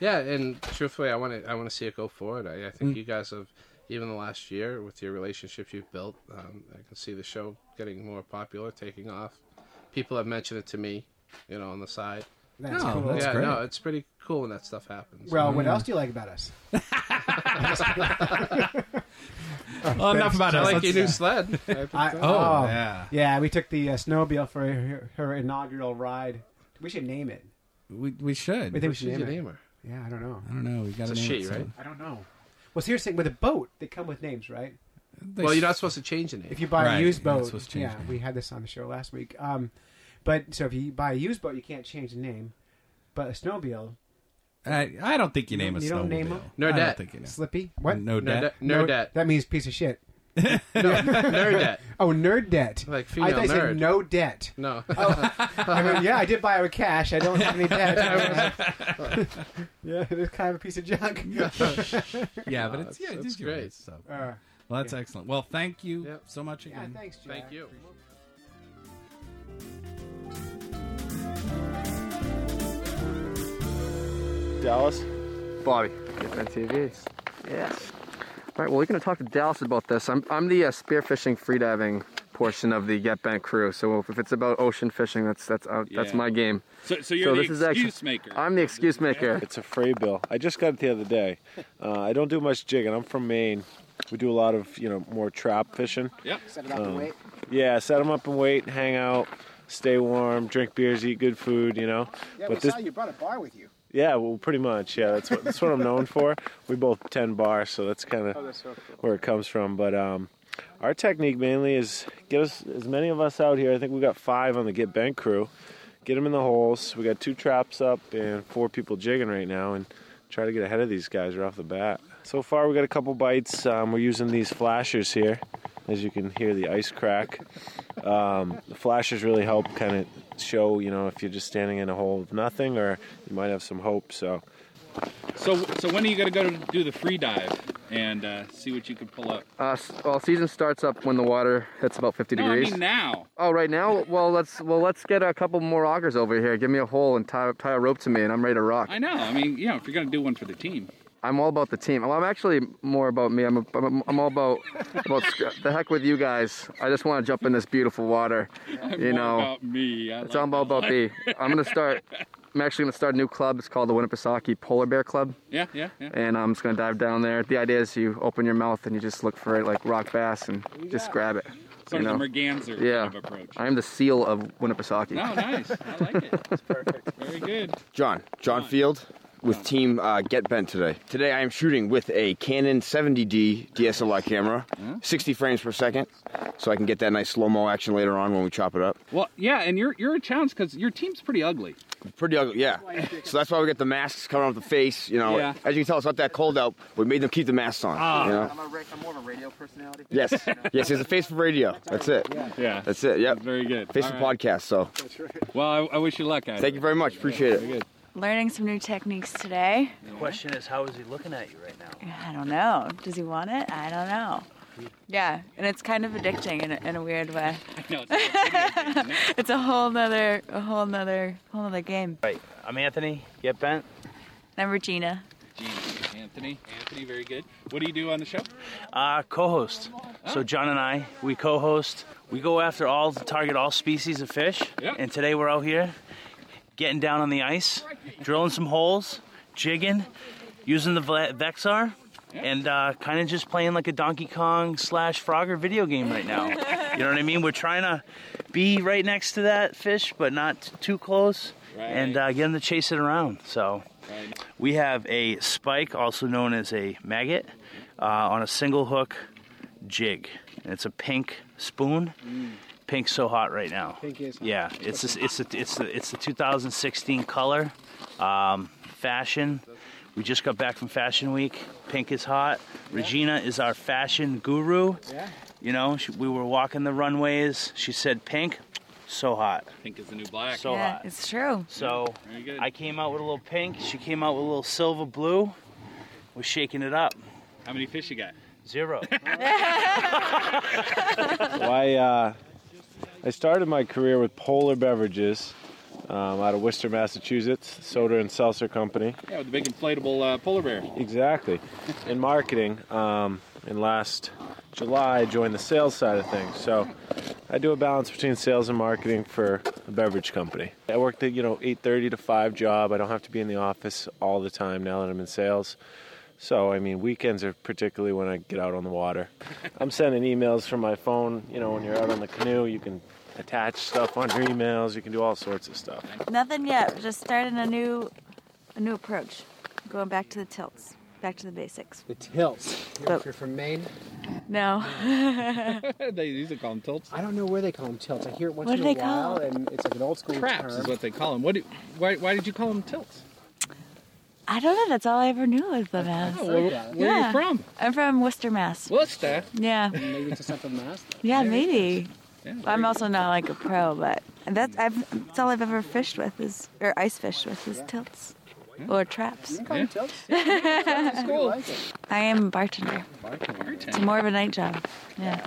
[SPEAKER 11] Yeah, and truthfully, I want to I want to see it go forward. I, I think
[SPEAKER 1] Mm.
[SPEAKER 11] you guys have, even the last year with your relationships you've built, um, I can see the show getting more popular, taking off. People have mentioned it to me, you know, on the side.
[SPEAKER 1] That's
[SPEAKER 2] No,
[SPEAKER 1] cool.
[SPEAKER 2] that's
[SPEAKER 11] yeah,
[SPEAKER 2] great. Mm.
[SPEAKER 11] no, it's pretty cool when that stuff happens.
[SPEAKER 1] Well, what else do you like about us?
[SPEAKER 2] Well, enough about
[SPEAKER 11] I
[SPEAKER 2] us.
[SPEAKER 11] like your
[SPEAKER 2] Let's-
[SPEAKER 11] new sled. I picked
[SPEAKER 1] I,
[SPEAKER 11] it up.
[SPEAKER 2] Oh, yeah.
[SPEAKER 1] yeah. We took the uh, snowmobile for her, her inaugural ride. We should name it.
[SPEAKER 2] we, we should.
[SPEAKER 1] We think we
[SPEAKER 11] She's
[SPEAKER 1] should name,
[SPEAKER 11] your
[SPEAKER 1] it.
[SPEAKER 11] neighbor.
[SPEAKER 1] Yeah, I don't know.
[SPEAKER 2] I don't know. We got
[SPEAKER 11] It's
[SPEAKER 2] to
[SPEAKER 11] a
[SPEAKER 2] name
[SPEAKER 11] she,
[SPEAKER 2] it, so-
[SPEAKER 11] right?
[SPEAKER 1] I don't know. Well, seriously, with a boat, they come with names, right? Well, you're
[SPEAKER 11] not supposed to change the name.
[SPEAKER 1] If you buy
[SPEAKER 11] Right,
[SPEAKER 1] a used
[SPEAKER 11] you're not
[SPEAKER 1] boat,
[SPEAKER 11] supposed to change
[SPEAKER 1] yeah,
[SPEAKER 11] the name.
[SPEAKER 1] we had this on the show last week. Um, but so if you buy a used boat, you can't change the name. But a snowmobile,
[SPEAKER 2] I, I don't think you name a
[SPEAKER 1] you don't name
[SPEAKER 2] snowmobile.
[SPEAKER 1] them.
[SPEAKER 2] I don't
[SPEAKER 1] debt.
[SPEAKER 2] think you know.
[SPEAKER 1] Slippy. What?
[SPEAKER 2] No debt.
[SPEAKER 1] No- That means piece of shit. nerd
[SPEAKER 2] debt.
[SPEAKER 1] Oh, nerd debt.
[SPEAKER 2] Like
[SPEAKER 1] I
[SPEAKER 2] female
[SPEAKER 1] thought you
[SPEAKER 2] nerd.
[SPEAKER 1] said no debt.
[SPEAKER 11] No.
[SPEAKER 1] Oh, I mean, yeah, I did buy it with cash. I don't have any debt. yeah, it is kind of a piece of junk.
[SPEAKER 2] yeah, but it's yeah, it is great. So,
[SPEAKER 1] Uh,
[SPEAKER 2] well, that's excellent. Well, thank you so much
[SPEAKER 1] Yeah,
[SPEAKER 2] again.
[SPEAKER 1] thanks, Jack.
[SPEAKER 11] Thank you.
[SPEAKER 14] Dallas.
[SPEAKER 15] Bobby. Different TVs. Yes. All right, well, we're going to talk to Dallas about this. I'm, I'm the uh, spearfishing, freediving portion of the Get Bent crew. So if it's about ocean fishing, that's that's uh, that's
[SPEAKER 14] Yeah.
[SPEAKER 15] my game.
[SPEAKER 14] So- so you're the excuse maker.
[SPEAKER 15] I'm the excuse maker.
[SPEAKER 14] It's a fray bill. I just got it the other day. Uh, I don't do much jigging. I'm from Maine. We do a lot of you know more trap fishing. Um,
[SPEAKER 1] Yep. Set it up and wait.
[SPEAKER 14] Yeah, set them up and wait, hang out, stay warm, drink beers, eat good food. You know.
[SPEAKER 1] yeah, we
[SPEAKER 14] but this,
[SPEAKER 1] saw you brought a bar with you.
[SPEAKER 14] yeah, well, pretty much. Yeah, that's what that's what I'm known for. We both ten bar, so that's kind of
[SPEAKER 1] Oh, that's so cool.
[SPEAKER 14] where it comes from. But um, our technique mainly is get us as many of us out here. I think we got five on the get bent crew. Get them in the holes. We got two traps up and four people jigging right now, and try to get ahead of these guys right off the bat. So far, we got a couple bites. Um, we're using these flashers here, as you can hear the ice crack. Um, the flashers really help kind of show, you know, if you're just standing in a hole with nothing, or you might have some hope. So.
[SPEAKER 8] So, so when are you gonna go to do the free dive and uh, see what you can pull up?
[SPEAKER 15] Uh, s- well, season starts up when the water hits about 50
[SPEAKER 8] No, I
[SPEAKER 15] degrees.
[SPEAKER 8] mean now.
[SPEAKER 15] Oh, right now? Well, let's well let's get a couple more augers over here. Give me a hole and tie, tie a rope to me, and I'm ready to rock.
[SPEAKER 8] I know. I mean, you know, if you're gonna do one for the team.
[SPEAKER 15] I'm all about the team. Well, I'm actually more about me. I'm, I'm, I'm all about, about sc- the heck with you guys. I just want to jump in this beautiful water.
[SPEAKER 8] I'm
[SPEAKER 15] you
[SPEAKER 8] more
[SPEAKER 15] know,
[SPEAKER 8] about me. I
[SPEAKER 15] it's
[SPEAKER 8] like
[SPEAKER 15] all about,
[SPEAKER 8] that
[SPEAKER 15] about me. I'm gonna start. I'm actually gonna start a new club. It's called the Winnipesaukee Polar Bear Club.
[SPEAKER 8] Yeah, yeah, yeah.
[SPEAKER 15] And I'm just gonna dive down there. The idea is you open your mouth and you just look for it like rock bass and just grab it.
[SPEAKER 8] Sort
[SPEAKER 15] you
[SPEAKER 8] of
[SPEAKER 15] know?
[SPEAKER 8] the merganser
[SPEAKER 15] yeah.
[SPEAKER 8] kind of approach.
[SPEAKER 15] I'm the seal of Winnipesaukee.
[SPEAKER 8] No, nice. I like it. It's perfect. Very good.
[SPEAKER 16] John, John Field with team uh, Get Bent today. Today I am shooting with a Canon 70D DSLR camera, 60 frames per second, so I can get that nice slow mo action later on when we chop it up.
[SPEAKER 8] Well, yeah, and you're you're a challenge because your team's pretty ugly.
[SPEAKER 16] Pretty ugly, yeah. So that's why we got the masks covering up the face. You know,
[SPEAKER 8] Yeah. Ah.
[SPEAKER 16] as you can tell, it's not that cold out. We made them keep the masks on.
[SPEAKER 4] Ah.
[SPEAKER 16] you know?
[SPEAKER 15] a, I'm more of a radio personality.
[SPEAKER 16] Yes, yes, it's a face for radio. That's it.
[SPEAKER 8] Yeah.
[SPEAKER 16] That's it, yep.
[SPEAKER 8] Very good.
[SPEAKER 16] Face
[SPEAKER 8] All
[SPEAKER 16] for
[SPEAKER 8] right.
[SPEAKER 16] podcast, so.
[SPEAKER 8] Well, I, I wish you luck, guys.
[SPEAKER 16] Thank you very much. Appreciate it.
[SPEAKER 8] Very good.
[SPEAKER 17] Learning some new techniques today.
[SPEAKER 18] The question is, how is he looking at you right now?
[SPEAKER 17] I don't know. Does he want it? I don't know. Yeah, and it's kind of addicting in a, in a weird way. it's a whole nother, a whole nother, whole nother game.
[SPEAKER 18] Right. I'm Anthony. Get bent.
[SPEAKER 17] And I'm Regina.
[SPEAKER 8] Gee, Anthony, Anthony, very good. What do you do on the show? Oh.
[SPEAKER 18] Uh, co-host. So John and I, we co-host. We go after all, target all species of fish. And today we're out here, getting down on the ice, drilling some holes, jigging, using the Vla- Vexar, and uh, kind of just playing like a Donkey Kong slash Frogger video game right now. you know what I mean? We're trying to be right next to that fish, but not t- too close, and uh, get them to chase it around. So. We have a spike, also known as a maggot, uh, on a single hook jig. And it's a pink spoon. Pink's so hot right now.
[SPEAKER 1] Pink is hot.
[SPEAKER 18] Yeah, it's just, it's the, it's the, it's the 2016 color, um, fashion. We just got back from Fashion Week. Pink is hot. Regina is our fashion guru.
[SPEAKER 8] Yeah.
[SPEAKER 18] You know, she, we were walking the runways. She said, "Pink, so hot."
[SPEAKER 8] Pink is the new black.
[SPEAKER 18] So Yeah, hot.
[SPEAKER 17] It's true.
[SPEAKER 18] So I came out with a little pink. She came out with a little silver blue. We're shaking it up.
[SPEAKER 8] How many fish you got?
[SPEAKER 18] Zero.
[SPEAKER 14] Why? Uh, I started my career with Polar Beverages um, out of Worcester, Massachusetts, soda and seltzer company.
[SPEAKER 8] Yeah, with the big inflatable uh, polar bear.
[SPEAKER 14] Exactly. In marketing, um, and last July, I joined the sales side of things. So I do a balance between sales and marketing for a beverage company. I work the you know 8:30 to 5 job. I don't have to be in the office all the time now that I'm in sales. So I mean, weekends are particularly when I get out on the water. I'm sending emails from my phone. You know, when you're out on the canoe, you can attach stuff on your emails. You can do all sorts of stuff.
[SPEAKER 17] Nothing yet. Just starting a new, a new approach. Going back to the tilts, back to the basics.
[SPEAKER 1] The tilts. You're, if you're from Maine.
[SPEAKER 17] No.
[SPEAKER 19] they used to call them tilts.
[SPEAKER 1] I don't know where they call them tilts. I hear it once
[SPEAKER 17] What
[SPEAKER 1] in
[SPEAKER 17] do
[SPEAKER 1] a
[SPEAKER 17] they
[SPEAKER 1] while,
[SPEAKER 17] call 'em?
[SPEAKER 1] and it's like an old school
[SPEAKER 19] Craps
[SPEAKER 1] term.
[SPEAKER 19] is what they call them. What? Do, why, why did you call them tilts?
[SPEAKER 17] I don't know. That's all I ever knew was the Mass.
[SPEAKER 19] well, where are you from?
[SPEAKER 17] I'm from Worcester, Mass.
[SPEAKER 19] Worcester?
[SPEAKER 17] Yeah.
[SPEAKER 1] Maybe it's a Central Mass.
[SPEAKER 17] Yeah,
[SPEAKER 1] Very
[SPEAKER 17] maybe. I'm also not like a pro, but that's I've that's all I've ever fished with is or ice fished with is tilts or traps.
[SPEAKER 1] call 'em tilts.
[SPEAKER 17] I
[SPEAKER 1] like it.
[SPEAKER 17] am a bartender. It's more of a night job. Yeah.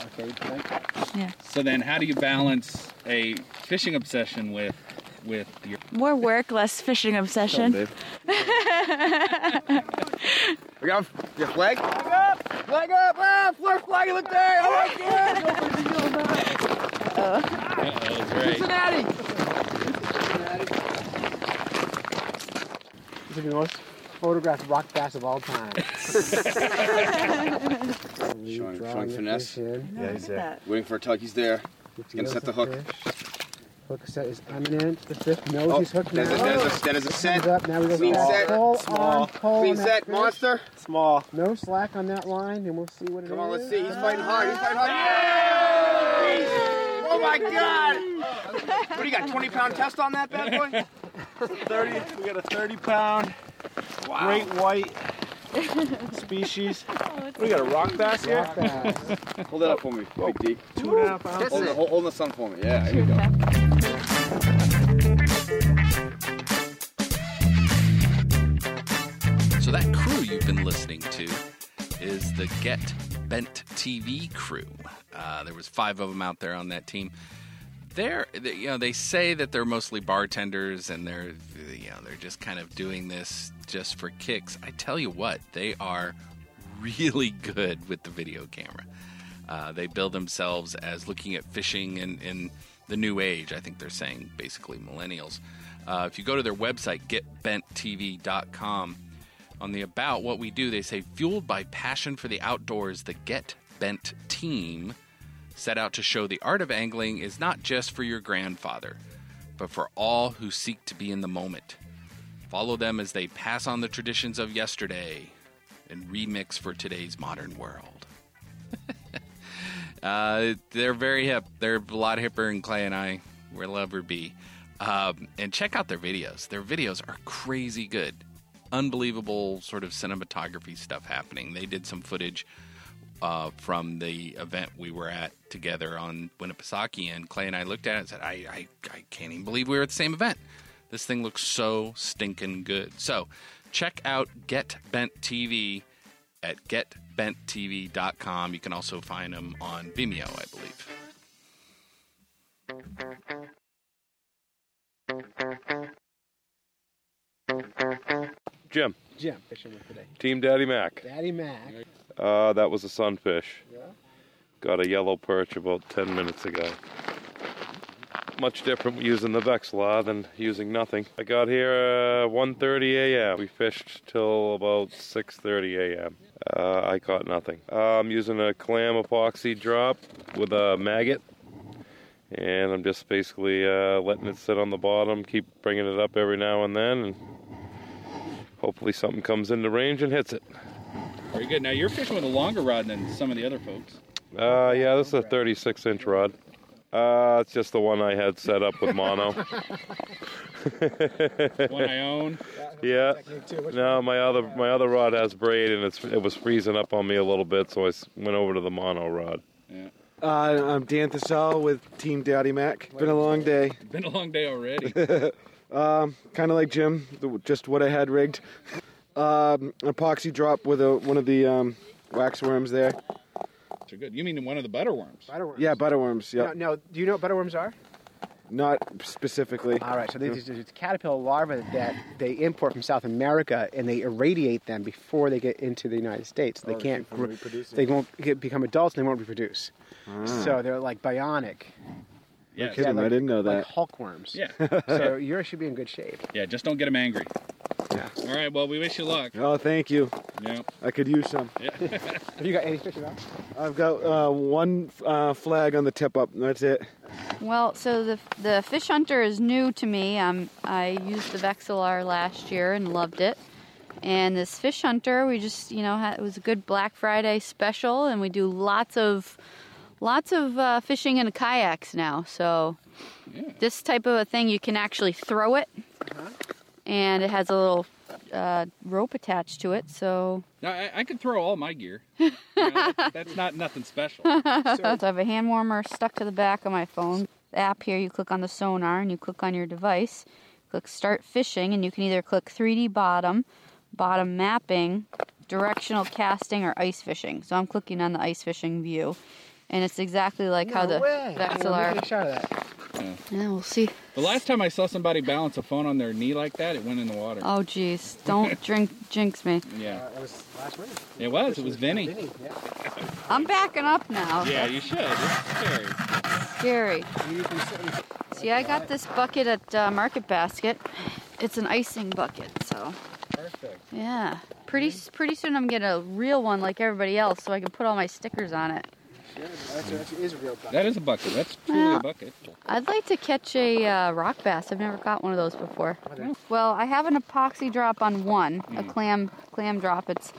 [SPEAKER 17] Yeah.
[SPEAKER 19] So then, how do you balance a fishing obsession with with your?
[SPEAKER 17] More work, less fishing obsession.
[SPEAKER 16] We got your flag? Leg up! Leg up! Ah, first flag of the day! I like it!
[SPEAKER 19] that's right.
[SPEAKER 16] Cincinnati!
[SPEAKER 1] This is the most photographed rock bass of all time.
[SPEAKER 16] Showing,
[SPEAKER 1] Drawing
[SPEAKER 16] showing
[SPEAKER 1] the
[SPEAKER 16] finesse.
[SPEAKER 1] fish in. Yeah,
[SPEAKER 16] yeah,
[SPEAKER 1] look
[SPEAKER 16] he's
[SPEAKER 1] at
[SPEAKER 16] there.
[SPEAKER 1] that.
[SPEAKER 16] Waiting for a tug. He's there. He's gonna
[SPEAKER 1] Nose
[SPEAKER 16] set the
[SPEAKER 1] of
[SPEAKER 16] hook.
[SPEAKER 1] Hook set is imminent. The fifth nose
[SPEAKER 16] Oh,
[SPEAKER 1] is hooked
[SPEAKER 16] that is-
[SPEAKER 1] now.
[SPEAKER 16] that is a- that is a
[SPEAKER 1] Comes
[SPEAKER 16] set.
[SPEAKER 1] Up. Now we go
[SPEAKER 16] Clean
[SPEAKER 1] for a
[SPEAKER 16] set.
[SPEAKER 1] Pull
[SPEAKER 16] Small.
[SPEAKER 1] On, pull
[SPEAKER 16] Clean
[SPEAKER 1] on that
[SPEAKER 16] set,
[SPEAKER 1] fish.
[SPEAKER 16] monster.
[SPEAKER 1] Small. No slack on that line, and we'll see what it is.
[SPEAKER 16] Come on, let's see. He's fighting hard. He's fighting hard. Yeah! Oh my God! What do you got? 20 pound test on that bad boy?
[SPEAKER 8] 30. We got a 30 pound great white species. we got a rock bass here.
[SPEAKER 16] Rock Hold that up for me, Big D.
[SPEAKER 8] Two and a half ounces.
[SPEAKER 16] Hold the, hold, hold the sun for me. Yeah, here we go.
[SPEAKER 2] So that crew you've been listening to is the Get Bent TV crew. Uh, there was five of them out there on that team. They're, they, you know, they say that they're mostly bartenders and they're, you know, they're just kind of doing this just for kicks. I tell you what, they are really good with the video camera. Uh, they bill themselves as looking at fishing in, in the new age. I think they're saying basically millennials. Uh, if you go to their website, getbenttv.com, on the About What We Do, they say, fueled by passion for the outdoors, the Get Bent team set out to show the art of angling is not just for your grandfather, but for all who seek to be in the moment. Follow them as they pass on the traditions of yesterday and remix for today's modern world. Uh, they're very hip. They're a lot hipper than Clay and I, where love or be. Um, and check out their videos. Their videos are crazy good. Unbelievable sort of cinematography stuff happening. They did some footage uh, from the event we were at together on Winnipesaukee, and Clay and I looked at it and said, I, I, I can't even believe we were at the same event. This thing looks so stinking good. So check out Get Bent TV at getbenttv.com. You can also find them on Vimeo, I believe.
[SPEAKER 12] Jim,
[SPEAKER 1] Jim fishing with today.
[SPEAKER 12] Team Daddy Mac.
[SPEAKER 1] Daddy Mac.
[SPEAKER 12] Uh, that was a sunfish.
[SPEAKER 1] Yeah.
[SPEAKER 12] Got a yellow perch about 10 minutes ago. Much different using the Vexla than using nothing. I got here uh, 1.30 a.m. We fished till about 6.30 a.m. Uh, I caught nothing. Uh, I'm using a clam epoxy drop with a maggot. And I'm just basically uh, letting it sit on the bottom, keep bringing it up every now and then, and hopefully something comes into range and hits it.
[SPEAKER 19] Very good. Now you're fishing with a longer rod than some of the other folks.
[SPEAKER 12] Uh, yeah, this is a 36 inch rod. Uh, it's just the one I had set up with mono.
[SPEAKER 19] one I own.
[SPEAKER 12] Yeah. No, my other my other rod has braid, and it's it was freezing up on me a little bit, so I s- went over to the mono rod.
[SPEAKER 8] Uh, I'm Dan Thassell with Team Daddy Mac. Been a long day.
[SPEAKER 19] Been a long day already.
[SPEAKER 8] um, kind of like Jim, the- just what I had rigged. Um, epoxy drop with a, one of the um, wax worms there.
[SPEAKER 19] They're good. You mean one of the butterworms?
[SPEAKER 1] Butterworms.
[SPEAKER 8] Yeah, butterworms. Yeah,
[SPEAKER 1] No, no, do you know what butterworms are?
[SPEAKER 8] not specifically.
[SPEAKER 1] All right, so these are just caterpillar larvae that they import from South America, and they irradiate them before they get into the United States. They
[SPEAKER 8] Oh, they
[SPEAKER 1] can't.
[SPEAKER 8] keep from
[SPEAKER 1] gr-
[SPEAKER 8] reproducing.
[SPEAKER 1] They won't get, become adults, and they won't reproduce.
[SPEAKER 8] Ah.
[SPEAKER 1] So they're like bionic.
[SPEAKER 8] No
[SPEAKER 1] Yeah.
[SPEAKER 8] kidding,
[SPEAKER 1] Yeah, like-
[SPEAKER 8] I didn't know
[SPEAKER 1] like
[SPEAKER 8] that.
[SPEAKER 1] Hulkworms.
[SPEAKER 19] Yeah.
[SPEAKER 1] so yours should be in good shape.
[SPEAKER 19] Yeah, just don't get them angry.
[SPEAKER 8] Yeah.
[SPEAKER 19] All right. Well, we wish you luck.
[SPEAKER 8] Oh, thank you.
[SPEAKER 19] Yeah.
[SPEAKER 8] I could use some.
[SPEAKER 1] Have you got any fish about?
[SPEAKER 8] I've got uh, one uh, flag on the tip up. and That's it.
[SPEAKER 20] Well, so the the fish hunter is new to me. Um, I used the Vexilar last year and loved it. And this fish hunter, we just you know had, it was a good Black Friday special, and we do lots of lots of uh, fishing in kayaks now. So this type of a thing, you can actually throw it, and it has a little uh, rope attached to it. So
[SPEAKER 8] Now, I, I could throw all my gear. You know, that- that's not nothing special.
[SPEAKER 20] So I have a hand warmer stuck to the back of my phone. The app here, you click on the sonar and you click on your device. Click start fishing, and you can either click 3D bottom, bottom mapping, directional casting, or ice fishing. So I'm clicking on the ice fishing view, and it's exactly like how the
[SPEAKER 1] Take a
[SPEAKER 20] Vexillar.
[SPEAKER 1] shot of that.
[SPEAKER 8] Yeah.
[SPEAKER 20] Yeah, we'll see.
[SPEAKER 8] The last time I saw somebody balance a phone on their knee like that, it went in the water.
[SPEAKER 20] Oh, jeez. Don't drink, jinx me.
[SPEAKER 8] Yeah.
[SPEAKER 1] That Uh, was last week.
[SPEAKER 8] It was. It was Vinny.
[SPEAKER 20] I'm backing up now.
[SPEAKER 8] Yeah, you should. It's scary.
[SPEAKER 20] Scary. See, I got this bucket at uh, Market Basket. It's an icing bucket, so.
[SPEAKER 8] Perfect.
[SPEAKER 20] Yeah. Pretty pretty soon I'm gonna get a real one like everybody else, so I can put all my stickers on it.
[SPEAKER 1] That's, that is a real bucket.
[SPEAKER 8] That is a bucket. That's truly
[SPEAKER 20] Well,
[SPEAKER 8] a bucket.
[SPEAKER 20] I'd like to catch a uh, rock bass. I've never caught one of those before. Well, I have an epoxy drop on one, a clam clam drop. It's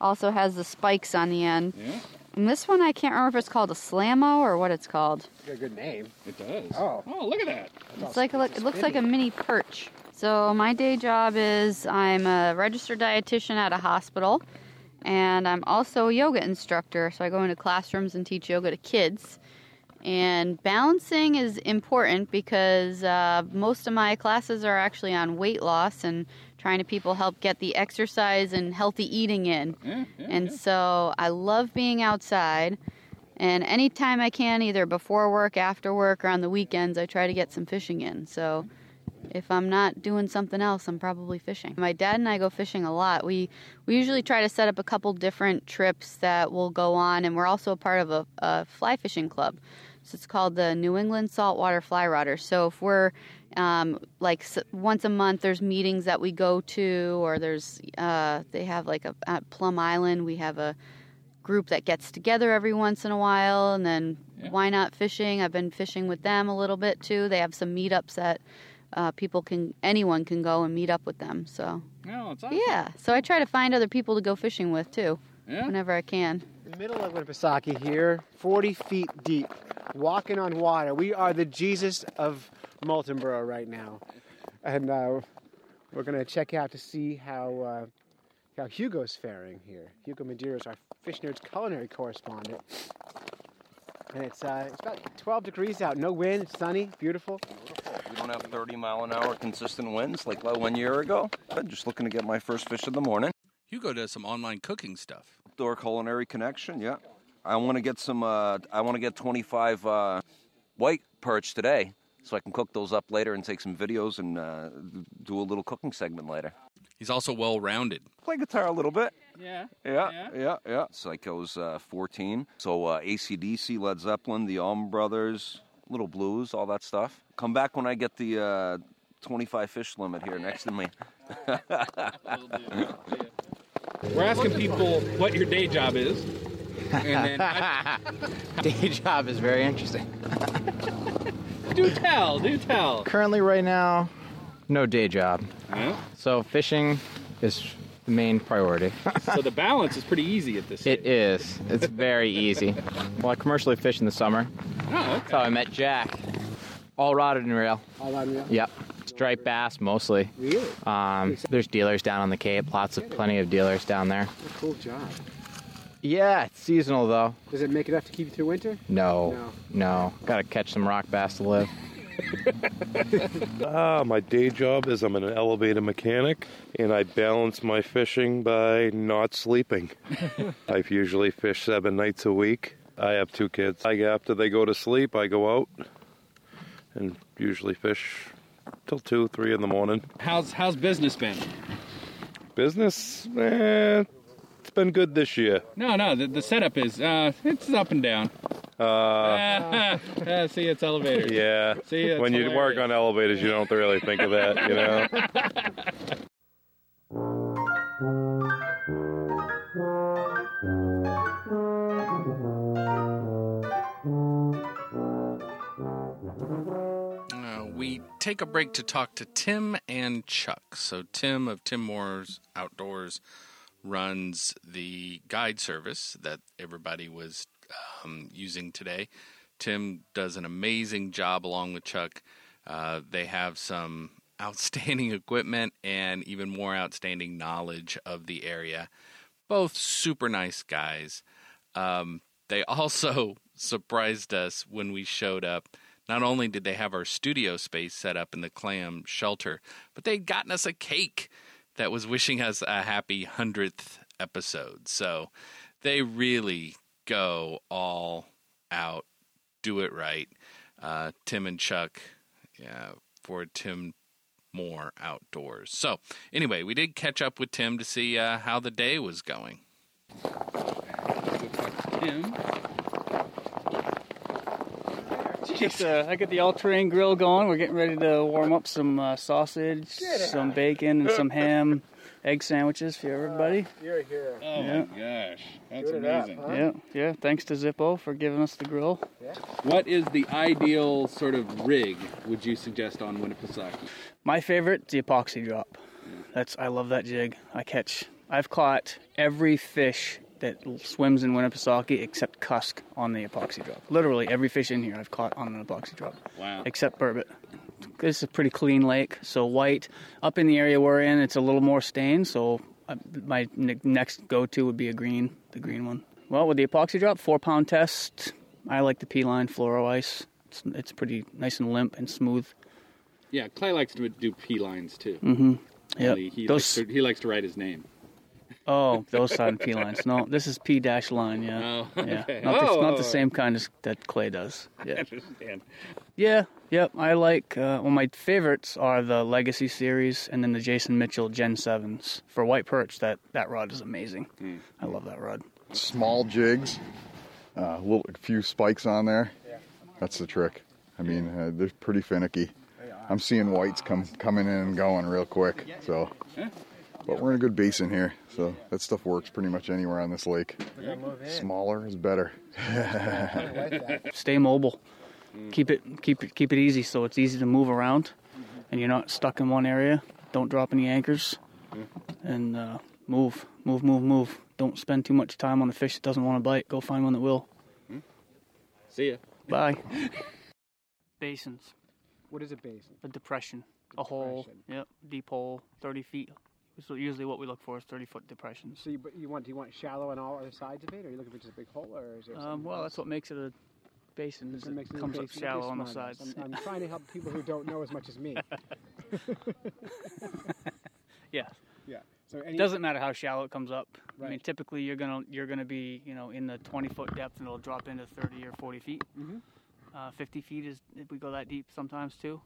[SPEAKER 20] also has the spikes on the end.
[SPEAKER 8] Yeah.
[SPEAKER 20] And this one I can't remember if it's called a slammo or what it's called.
[SPEAKER 1] Got a good name.
[SPEAKER 8] It does.
[SPEAKER 1] Oh.
[SPEAKER 8] Oh, look at that.
[SPEAKER 20] It's like a, it looks like a mini perch. So my day job is I'm a registered dietitian at a hospital, and I'm also a yoga instructor. So I go into classrooms and teach yoga to kids. And balancing is important because uh, most of my classes are actually on weight loss and trying to people help get the exercise and healthy eating in. and so I love being outside. And anytime I can, either before work, after work, or on the weekends, I try to get some fishing in. So if I'm not doing something else, I'm probably fishing. My dad and I go fishing a lot. We we usually try to set up a couple different trips that we'll go on, and we're also a part of a, a fly fishing club. So it's called the New England Saltwater Fly Rodders. So if we're um, like s- once a month, there's meetings that we go to, or there's uh, they have like a at Plum Island. We have a group that gets together every once in a while and then why not fishing i've been fishing with them a little bit too they have some meetups that uh, people can anyone can go and meet up with them so
[SPEAKER 8] No, it's
[SPEAKER 20] yeah so i try to find other people to go fishing with too
[SPEAKER 8] Yeah.
[SPEAKER 20] whenever i can
[SPEAKER 1] In the middle of Winnipesaukee here, 40 feet deep, walking on water. We are the Jesus of Moultonboro right now. And uh, we're going to check out to see how, uh, how Hugo's faring here. Hugo Madeira is our Fish Nerds culinary correspondent. And it's, uh, it's about 12 degrees out, no wind, it's sunny, beautiful.
[SPEAKER 21] We don't have 30 mile an hour consistent winds like one year ago. But just looking to get my first fish of the morning.
[SPEAKER 6] Hugo does some online cooking stuff.
[SPEAKER 21] Door culinary connection, yeah. I want to get some. Uh, I want to get 25 uh, white perch today, so I can cook those up later and take some videos and uh, do a little cooking segment later.
[SPEAKER 6] He's also well rounded.
[SPEAKER 21] Play guitar a little bit.
[SPEAKER 8] Yeah.
[SPEAKER 21] Yeah, yeah, yeah. Psycho's uh, 14. So uh, ACDC, Led Zeppelin, the Allman Brothers, Little Blues, all that stuff. Come back when I get the uh, 25 fish limit here next to me.
[SPEAKER 8] We're asking people what your day job is. And then I-
[SPEAKER 22] Day job is very interesting.
[SPEAKER 8] do tell, do tell.
[SPEAKER 22] Currently, right now, no day job.
[SPEAKER 8] Hmm?
[SPEAKER 22] So fishing is the main priority.
[SPEAKER 8] So the balance is pretty easy at this.
[SPEAKER 22] it is. It's very easy. Well, I commercially fish in the summer.
[SPEAKER 8] Oh,
[SPEAKER 22] That's how I met Jack. All rotted and rail.
[SPEAKER 1] All on you.
[SPEAKER 22] Yep. Striped bass mostly.
[SPEAKER 1] Really?
[SPEAKER 22] Um, there's dealers down on the Cape. Lots of, plenty of dealers down there.
[SPEAKER 1] What a cool job.
[SPEAKER 22] Yeah, it's seasonal though.
[SPEAKER 1] Does it make enough to keep you through winter?
[SPEAKER 22] No, no. Gotta catch some rock bass to live.
[SPEAKER 12] Ah, my day job is I'm an elevator mechanic, and I balance my fishing by not sleeping. I usually fish seven nights a week. I have two kids. I after they go to sleep, I go out and usually fish till two, three in the morning.
[SPEAKER 8] How's how's business been?
[SPEAKER 12] Business, eh, it's been good this year.
[SPEAKER 8] No, no. The, the setup is uh, it's up and down.
[SPEAKER 12] Uh,
[SPEAKER 8] Ah, ah, see, it's elevators.
[SPEAKER 12] yeah.
[SPEAKER 8] See, it's
[SPEAKER 12] when you
[SPEAKER 8] hilarious.
[SPEAKER 12] work on elevators, you don't really think of that, you know.
[SPEAKER 6] Oh,
[SPEAKER 2] uh, we take a break to talk to Tim and Chuck. So, Tim of Tim Moore's Outdoors runs the guide service that everybody was um, using today. Tim does an amazing job along with Chuck. Uh, they have some outstanding equipment and even more outstanding knowledge of the area. Both super nice guys. Um, they also surprised us when we showed up. Not only did they have our studio space set up in the clam shelter, but they'd gotten us a cake that was wishing us a happy 100th episode. So they really go all out, do it right. Uh, Tim and Chuck yeah, for Tim Moore Outdoors. So anyway, we did catch up with Tim to see uh, how the day was going.
[SPEAKER 18] Tim.
[SPEAKER 4] Just, uh, I got the all-terrain grill going. We're getting ready to warm up some uh, sausage, some bacon, and some ham, egg sandwiches for everybody.
[SPEAKER 18] You're here. Oh
[SPEAKER 4] Yeah.
[SPEAKER 18] my gosh, that's
[SPEAKER 4] Good
[SPEAKER 18] amazing.
[SPEAKER 4] Yeah, yeah. Thanks to Zippo for giving us the grill.
[SPEAKER 18] What is the ideal sort of rig would you suggest on Winnipesaukee?
[SPEAKER 4] My favorite, the epoxy drop. That's I love that jig. I catch. I've caught every fish that l- swims in Winnipesaukee except cusk on the epoxy drop. Literally every fish in here I've caught on an epoxy drop.
[SPEAKER 18] Wow.
[SPEAKER 4] Except burbot. This is a pretty clean lake, so white. Up in the area we're in, it's a little more stained, so uh, my ne- next go-to would be a green, the green one. Well, with the epoxy drop, four pound test. I like the P line fluoro ice. It's, it's pretty nice and limp and smooth.
[SPEAKER 18] Yeah, Clay likes to do P lines too.
[SPEAKER 4] Mhm. Yep.
[SPEAKER 18] Only He,
[SPEAKER 4] Those-
[SPEAKER 18] likes to, he likes to write his name.
[SPEAKER 4] Oh, those side P lines. No, this is P dash line. Yeah,
[SPEAKER 18] Oh,
[SPEAKER 4] yeah.
[SPEAKER 18] okay.
[SPEAKER 4] Not, the, not
[SPEAKER 18] Oh.
[SPEAKER 4] the same kind as that Clay does.
[SPEAKER 18] I
[SPEAKER 4] Yeah,
[SPEAKER 18] understand.
[SPEAKER 4] yeah, yep. I like. Uh, well, my favorites are the Legacy series and then the Jason Mitchell Gen Sevens for white perch. That that rod is amazing.
[SPEAKER 18] Hmm.
[SPEAKER 4] I love that rod.
[SPEAKER 23] Small jigs, uh, little, a few spikes on there. That's the trick. I mean, uh, they're pretty finicky. I'm seeing whites come coming in and going real quick. So, but we're in a good basin here, so that stuff works pretty much anywhere on this lake. Smaller is better.
[SPEAKER 4] Stay mobile. Keep it keep it keep it easy so it's easy to move around, and you're not stuck in one area. Don't drop any anchors, and uh, move move move move. Don't spend too much time on a fish that doesn't want to bite. Go find one that will.
[SPEAKER 18] See ya.
[SPEAKER 4] Bye. Basins.
[SPEAKER 1] What is a basin?
[SPEAKER 4] A depression. A hole. Yep. Deep hole. Thirty feet. So usually what we look for is thirty foot depressions.
[SPEAKER 1] So you, but you want do you want shallow on all other sides of it, or are you looking for just a big hole, or is there?
[SPEAKER 4] Um, well, that's what makes it a basin. Is
[SPEAKER 1] What
[SPEAKER 4] it
[SPEAKER 1] makes it a
[SPEAKER 4] comes up
[SPEAKER 1] basin?
[SPEAKER 4] shallow
[SPEAKER 1] Okay,
[SPEAKER 4] on the
[SPEAKER 1] smart
[SPEAKER 4] sides.
[SPEAKER 1] ass. I'm, I'm trying to help people who don't know as much as me.
[SPEAKER 4] yeah.
[SPEAKER 1] Yeah. So any,
[SPEAKER 4] it doesn't matter how shallow it comes up. I mean,
[SPEAKER 1] Right.
[SPEAKER 4] typically you're gonna you're gonna be you know in the 20 foot depth and it'll drop into 30 or 40 feet.
[SPEAKER 1] Mhm.
[SPEAKER 4] Uh, 50 feet is if we go that deep sometimes too.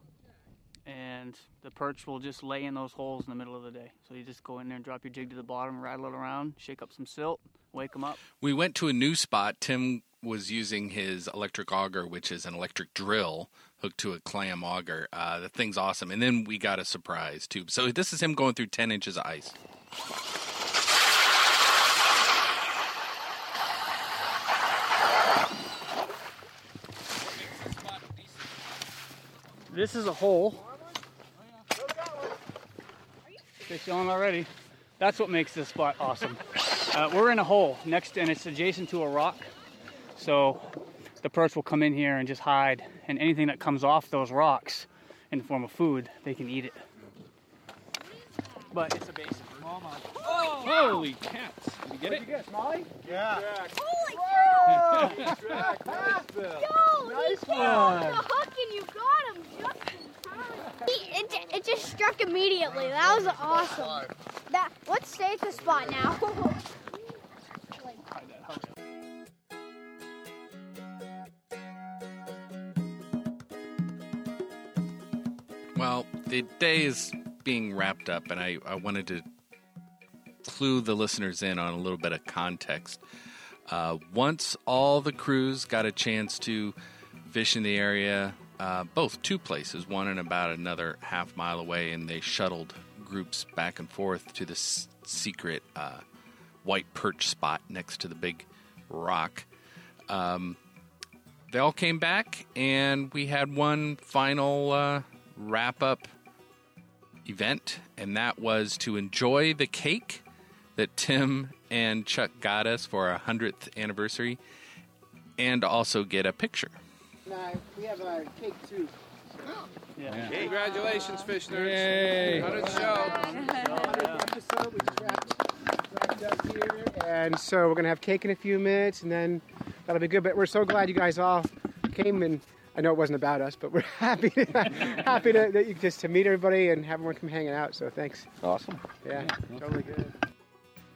[SPEAKER 4] And the perch will just lay in those holes in the middle of the day. So you just go in there and drop your jig to the bottom, rattle it around, shake up some silt, wake them up.
[SPEAKER 2] We went to a new spot. Tim was using his electric auger, which is an electric drill hooked to a clam auger. Uh, the thing's awesome. And then we got a surprise too. So this is him going through 10 inches of ice.
[SPEAKER 4] This is a hole. Fish on already. That's what makes this spot awesome. Uh, we're in a hole next, and it's adjacent to a rock, so the perch will come in here and just hide. And anything that comes off those rocks, in the form of food, they can eat it. But it's a basin.
[SPEAKER 18] Holy cats! Did you get it?
[SPEAKER 1] Molly?
[SPEAKER 18] Yeah.
[SPEAKER 19] Holy
[SPEAKER 18] cow!
[SPEAKER 19] Jack,
[SPEAKER 18] Nice
[SPEAKER 19] nice
[SPEAKER 18] one.
[SPEAKER 19] The hook and you got him just in time. He- It, ju- it just struck immediately. That was awesome. That let's stay at the spot now.
[SPEAKER 2] Well, the day is being wrapped up, and I, I wanted to clue the listeners in on a little bit of context. Uh, once all the crews got a chance to fish in the area, uh, both two places, one and about another half mile away, and they shuttled groups back and forth to the s- secret uh, white perch spot next to the big rock. Um,
[SPEAKER 6] they all came back, and we had one final uh, wrap up event, and that was to enjoy the cake that Tim and Chuck got us for our 100th anniversary and also get a picture.
[SPEAKER 1] No, we have our cake too.
[SPEAKER 11] Congratulations, fish nerds.
[SPEAKER 1] Yay.
[SPEAKER 11] How did it show?
[SPEAKER 1] Episode we just wrapped, wrapped up here, and so we're gonna have cake in a few minutes, and then that'll be good. But we're so glad you guys all came, and I know it wasn't about us, but we're happy to, happy to, that you just to meet everybody and have everyone come hanging out. So thanks.
[SPEAKER 6] Awesome.
[SPEAKER 1] Yeah, totally good.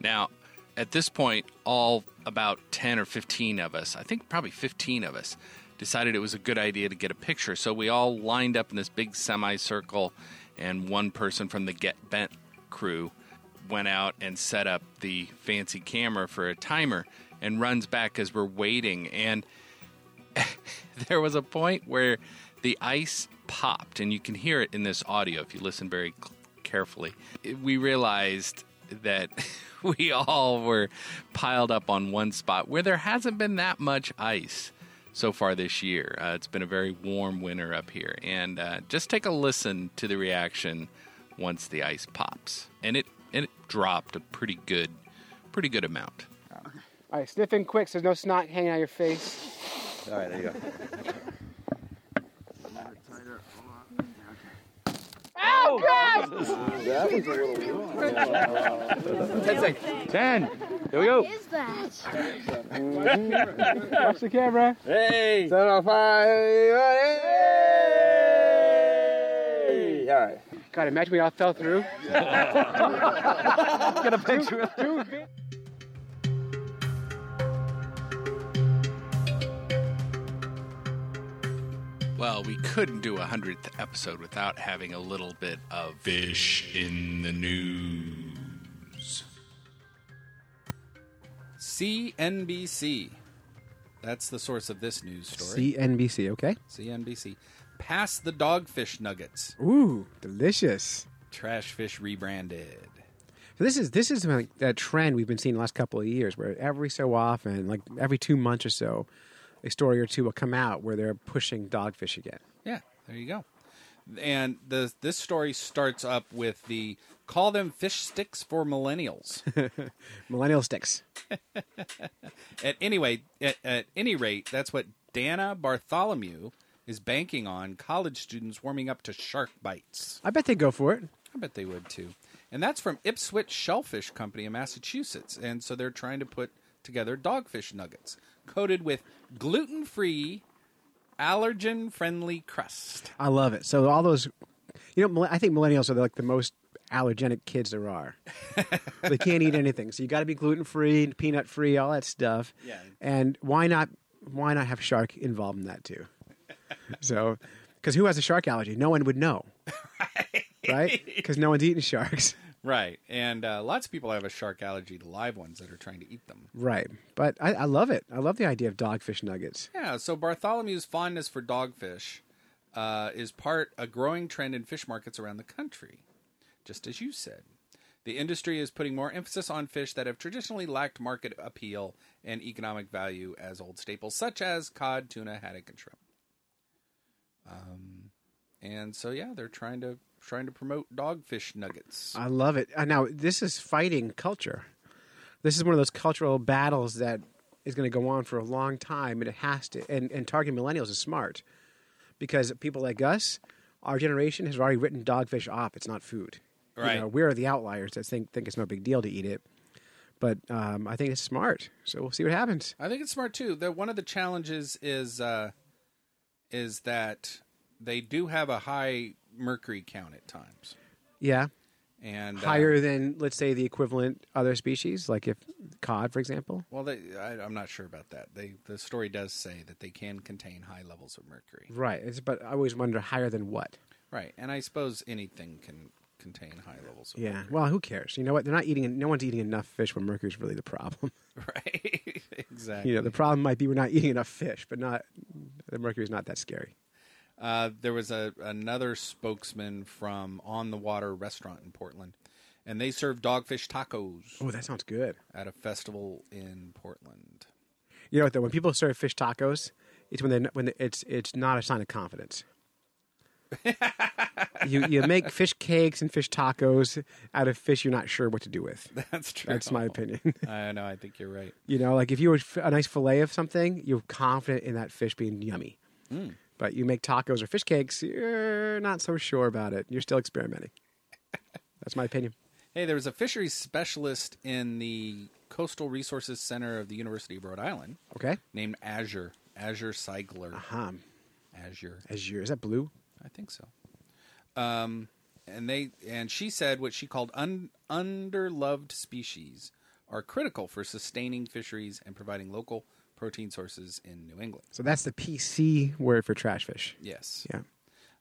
[SPEAKER 6] Now, at this point, all about 10 or 15 of us, I think probably 15 of us, decided it was a good idea to get a picture. So we all lined up in this big semicircle, and one person from the Get Bent crew went out and set up the fancy camera for a timer and runs back as we're waiting. And there was a point where the ice popped, and you can hear it in this audio if you listen very c- carefully. It- We realized that we all were piled up on one spot where there hasn't been that much ice so far this year. Uh, it's been a very warm winter up here, and uh, just take a listen to the reaction once the ice pops, and it and it dropped a pretty good, pretty good amount.
[SPEAKER 1] All right, sniffing quick, so there's no snot hanging out of your face.
[SPEAKER 6] All right, there you go.
[SPEAKER 1] Oh,
[SPEAKER 16] That was a little Ten seconds. Ten. Here we
[SPEAKER 11] go.
[SPEAKER 16] What
[SPEAKER 11] What
[SPEAKER 16] is
[SPEAKER 11] that?
[SPEAKER 1] Watch the camera.
[SPEAKER 16] Hey.
[SPEAKER 11] Set
[SPEAKER 1] oh
[SPEAKER 11] off
[SPEAKER 1] All right. God, imagine we all fell through. Get a picture.
[SPEAKER 6] Well, we couldn't do a hundredth episode without having a little bit of fish in the news.
[SPEAKER 2] CNBC. That's the source of this news story.
[SPEAKER 1] CNBC, okay?
[SPEAKER 2] CNBC. Pass the dogfish nuggets.
[SPEAKER 1] Ooh, delicious.
[SPEAKER 2] Trash fish rebranded.
[SPEAKER 1] So this is this is like a trend we've been seeing the last couple of years, where every so often, like every two months or so, a story or two will come out where they're pushing dogfish again.
[SPEAKER 2] Yeah, there you go. And the this story starts up with the call them fish sticks for millennials.
[SPEAKER 1] Millennial sticks.
[SPEAKER 2] at anyway, at, at any rate, that's what Dana Bartholomew is banking on college students warming up to shark bites.
[SPEAKER 1] I bet they go for it.
[SPEAKER 2] I bet they would too. And that's from Ipswich Shellfish Company in Massachusetts. And so they're trying to put together dogfish nuggets coated with gluten-free, allergen-friendly crust.
[SPEAKER 1] I love it. So all those, you know, mil- I think millennials are like the most allergenic kids there are. they can't eat anything, so you got to be gluten free, peanut free, all that stuff.
[SPEAKER 2] Yeah.
[SPEAKER 1] And why not? Why not have shark involved in that too? So, because who has a shark allergy? No one would know, right? Because no one's eating sharks,
[SPEAKER 2] Right. And uh, lots of people have a shark allergy to live ones that are trying to eat them.
[SPEAKER 1] right? But I, I love it. I love the idea of dogfish nuggets.
[SPEAKER 2] Yeah, so Bartholomew's fondness for dogfish uh, is part a growing trend in fish markets around the country, just as you said. The industry is putting more emphasis on fish that have traditionally lacked market appeal and economic value as old staples, such as cod, tuna, haddock, and shrimp. Um, and so yeah, they're trying to trying to promote dogfish nuggets.
[SPEAKER 1] I love it. Uh, Now, this is fighting culture. This is one of those cultural battles that is going to go on for a long time, and it has to. And, and targeting millennials is smart because people like us, our generation, has already written dogfish off. It's not food. You
[SPEAKER 2] Right.
[SPEAKER 1] know, we're the outliers that think think it's no big deal to eat it, but um, I think it's smart. So we'll see what happens.
[SPEAKER 2] I think it's smart too. That one of the challenges is uh, is that they do have a high mercury count at times,
[SPEAKER 1] Yeah,
[SPEAKER 2] and uh,
[SPEAKER 1] higher than let's say the equivalent other species, like if cod, for example.
[SPEAKER 2] well, they, I, I'm not sure about that. They the story does say that they can contain high levels of mercury,
[SPEAKER 1] Right. It's, but I always wonder higher than what.
[SPEAKER 2] right? And I suppose anything can contain high levels. of
[SPEAKER 1] Yeah. Well, who cares? You know what? They're not eating. No one's eating enough fish when mercury's really the problem.
[SPEAKER 2] Right. exactly.
[SPEAKER 1] You know, the problem might be we're not eating enough fish, but not the mercury's not that scary.
[SPEAKER 2] Uh, there was a another spokesman from On the Water restaurant in Portland, and they serve dogfish tacos.
[SPEAKER 1] Oh, that sounds good.
[SPEAKER 2] At a festival in Portland.
[SPEAKER 1] You know what? Though, when people serve fish tacos, It's when they when they, it's it's not a sign of confidence. you you make fish cakes and fish tacos out of fish you're not sure what to do with.
[SPEAKER 2] That's true.
[SPEAKER 1] That's my opinion.
[SPEAKER 2] I know. I think you're right.
[SPEAKER 1] You know, like if you were f- a nice fillet of something, you're confident in that fish being yummy.
[SPEAKER 2] Mm.
[SPEAKER 1] But you make tacos or fish cakes, you're not so sure about it. You're still experimenting. That's my opinion.
[SPEAKER 2] Hey, there was a fisheries specialist in the Coastal Resources Center of the University of Rhode Island.
[SPEAKER 1] Okay.
[SPEAKER 2] Named Azure. Azure Seigler.
[SPEAKER 1] Aha.
[SPEAKER 2] Azure.
[SPEAKER 1] Azure. Is that blue?
[SPEAKER 2] I think so. Um, and they and she said what she called un, underloved species are critical for sustaining fisheries and providing local protein sources in New England.
[SPEAKER 1] So that's the PC word for trash fish.
[SPEAKER 2] Yes.
[SPEAKER 1] Yeah.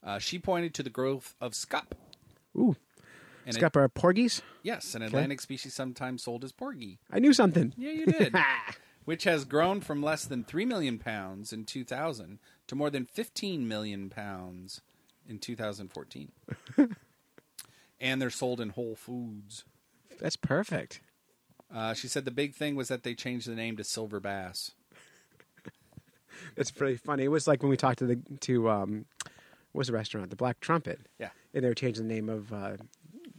[SPEAKER 2] Uh, she pointed to the growth of scop.
[SPEAKER 1] Ooh.
[SPEAKER 2] And
[SPEAKER 1] Scop
[SPEAKER 2] it-
[SPEAKER 1] are porgies?
[SPEAKER 2] Yes, an
[SPEAKER 1] Okay.
[SPEAKER 2] Atlantic species sometimes sold as porgy.
[SPEAKER 1] I knew something.
[SPEAKER 2] Yeah, you did. Which has grown from less than 3 million pounds in 2000 to more than 15 million pounds in 2014. and they're sold in Whole Foods.
[SPEAKER 1] That's perfect.
[SPEAKER 2] Uh, she said the big thing was that they changed the name to silver bass.
[SPEAKER 1] It's pretty funny. It was like when we talked to the to um, what was the restaurant? The Black Trumpet.
[SPEAKER 2] Yeah.
[SPEAKER 1] And they were changing the name of uh,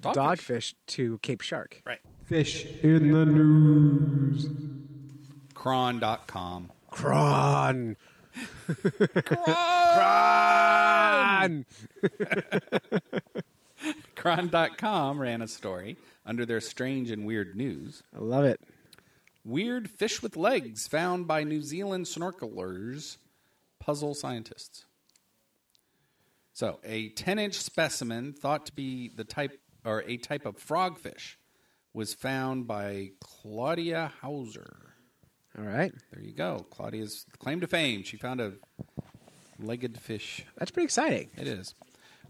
[SPEAKER 2] dogfish.
[SPEAKER 1] to Cape Shark.
[SPEAKER 2] Right.
[SPEAKER 1] Fish in the news.
[SPEAKER 2] Cron.com.
[SPEAKER 1] Cron.
[SPEAKER 2] Cron! Cron.com ran a story under their strange and weird news.
[SPEAKER 1] I love it.
[SPEAKER 2] Weird fish with legs found by New Zealand snorkelers puzzle scientists. So, a 10 inch specimen thought to be the type or a type of frogfish was found by Claudia Hauser.
[SPEAKER 1] All right.
[SPEAKER 2] There you go. Claudia's claim to fame. She found a legged fish.
[SPEAKER 1] That's pretty exciting.
[SPEAKER 2] It is.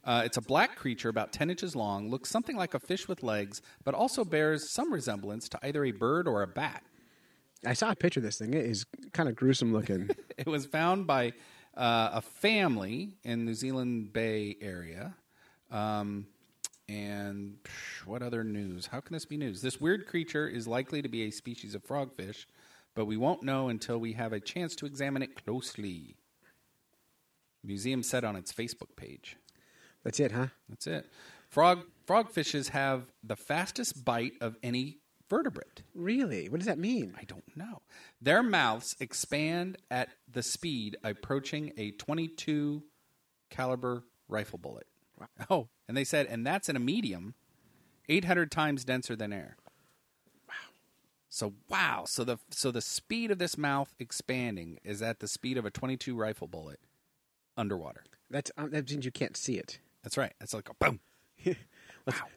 [SPEAKER 2] Uh, it's a black creature about 10 inches long, looks something like a fish with legs, but also bears some resemblance to either a bird or a bat.
[SPEAKER 1] I saw a picture of this thing. It is kind of gruesome looking.
[SPEAKER 2] It was found by uh, a family in New Zealand Bay area. Um, and psh, what other news? How can this be news? This weird creature is likely to be a species of frogfish, but we won't know until we have a chance to examine it closely. Museum said on its Facebook page.
[SPEAKER 1] That's it, huh?
[SPEAKER 2] That's it. Frog frogfishes have the fastest bite of any vertebrate.
[SPEAKER 1] Really? What does that mean?
[SPEAKER 2] I don't know. Their mouths expand at the speed approaching a 22 caliber rifle bullet. Oh, and they said and that's in a medium 800 times denser than air. Wow. So wow, so the so the speed of this mouth expanding is at the speed of a 22 rifle bullet underwater.
[SPEAKER 1] That's um, that means you can't see it.
[SPEAKER 2] That's right. That's like a boom.
[SPEAKER 1] That's-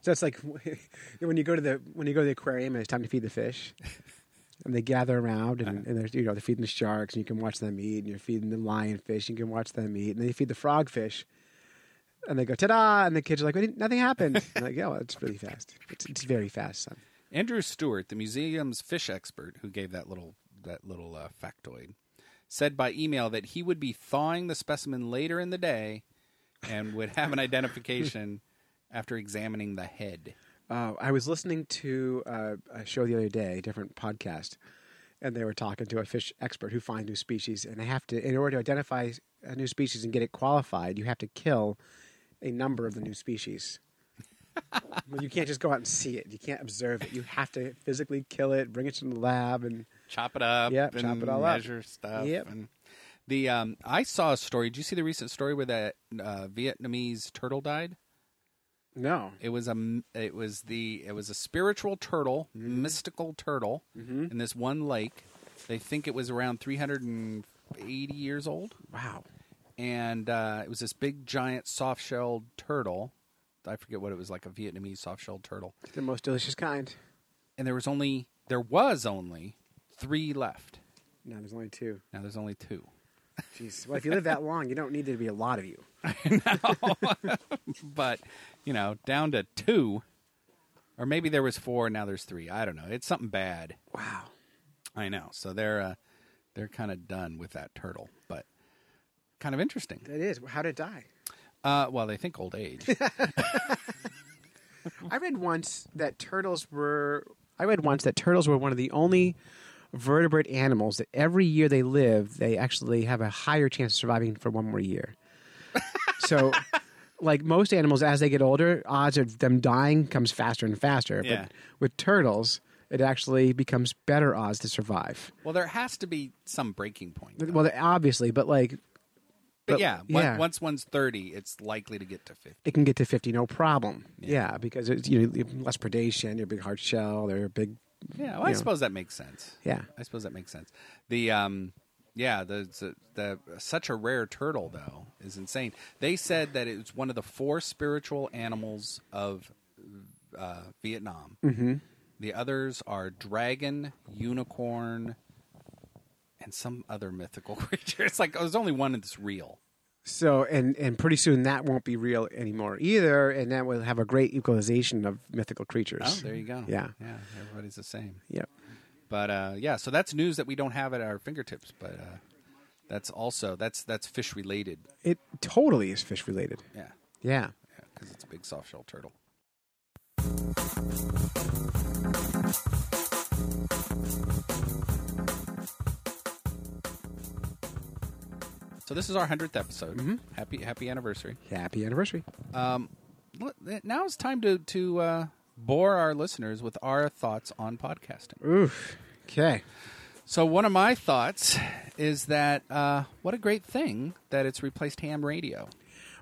[SPEAKER 1] So it's like when you go to the when you go to the aquarium and it's time to feed the fish, and they gather around
[SPEAKER 2] Uh-huh.
[SPEAKER 1] and, and they're you know they're feeding the sharks and you can watch them eat and you're feeding the lionfish and you can watch them eat and then you feed the frogfish, and they go ta da and the kids are like "We didn't- nothing happened. I'm like yeah, well, it's really fast. It's, it's very fast, son.
[SPEAKER 2] Andrew Stewart, the museum's fish expert, who gave that little that little uh, factoid, said by email that he would be thawing the specimen later in the day, and would have an identification after examining the head.
[SPEAKER 1] Uh, I was listening to uh, a show the other day, a different podcast, and they were talking to a fish expert who finds new species, and they have to, in order to identify a new species and get it qualified, you have to kill a number of the new species. Well, you can't just go out and see it. You can't observe it. You have to physically kill it, bring it to the lab, and
[SPEAKER 2] Chop it up.
[SPEAKER 1] Yep, chop
[SPEAKER 2] and
[SPEAKER 1] it all up.
[SPEAKER 2] Measure stuff.
[SPEAKER 1] Yep.
[SPEAKER 2] And the um, I saw a story. Did you see the recent story where that uh, Vietnamese turtle died?
[SPEAKER 1] No.
[SPEAKER 2] It was a m- it was the it was a spiritual turtle,
[SPEAKER 1] Mm-hmm.
[SPEAKER 2] mystical turtle in this one lake. They think it was around 380 years old.
[SPEAKER 1] Wow.
[SPEAKER 2] And uh, it was this big giant soft-shelled turtle. I forget what it was like a Vietnamese soft-shelled turtle.
[SPEAKER 1] the most delicious kind.
[SPEAKER 2] And there was only there was only 3 left.
[SPEAKER 1] Now there's only two.
[SPEAKER 2] Now there's only 2.
[SPEAKER 1] Jeez. Well, if you live that long, you don't need there to be a lot of you.
[SPEAKER 2] but you know, down to two, or maybe there was four. Now there's three. I don't know. It's something bad.
[SPEAKER 1] Wow.
[SPEAKER 2] I know. So they're uh, they're kind of done with that turtle, but kind of interesting.
[SPEAKER 1] That is. How did it die?
[SPEAKER 2] Uh, well, they think old age.
[SPEAKER 1] I read once that turtles were. I read once that turtles were one of the only vertebrate animals that every year they live, they actually have a higher chance of surviving for one more year. so, like most animals, as they get older, odds of them dying comes faster and faster.
[SPEAKER 2] Yeah.
[SPEAKER 1] But with turtles, it actually becomes better odds to survive.
[SPEAKER 2] Well, there has to be some breaking point.
[SPEAKER 1] Well, obviously, but like,
[SPEAKER 2] But, yeah, on- once one's 30, it's likely to get to 50.
[SPEAKER 1] it can get to 50 no problem yeah, because it's you know you have less predation you're a big hard shell they're a big
[SPEAKER 2] Yeah,
[SPEAKER 1] you
[SPEAKER 2] well, I
[SPEAKER 1] know.
[SPEAKER 2] suppose that makes sense.
[SPEAKER 1] Yeah.
[SPEAKER 2] I suppose that makes sense. The um, yeah, the, the the such a rare turtle though is insane. They said that it's one of the four spiritual animals of uh, Vietnam.
[SPEAKER 1] Mhm.
[SPEAKER 2] The others are dragon, unicorn, and some other mythical creature. It's like oh, there's only one that's real.
[SPEAKER 1] so and and pretty soon that won't be real anymore either and that will have a great equalization of mythical creatures
[SPEAKER 2] Oh, there you go.
[SPEAKER 1] yeah
[SPEAKER 2] yeah, everybody's the same.
[SPEAKER 1] Yep.
[SPEAKER 2] But uh, yeah, so that's news that we don't have at our fingertips. But uh, that's also that's that's fish related.
[SPEAKER 1] it totally is fish related
[SPEAKER 2] Yeah.
[SPEAKER 1] yeah
[SPEAKER 2] because it's a big soft shell turtle. So this is our hundredth episode. Happy happy anniversary.
[SPEAKER 1] happy anniversary
[SPEAKER 2] Um, l- now it's time to to uh, bore our listeners with our thoughts on podcasting.
[SPEAKER 1] Oof. Okay.
[SPEAKER 2] So one of my thoughts is that uh, what a great thing that it's replaced ham radio.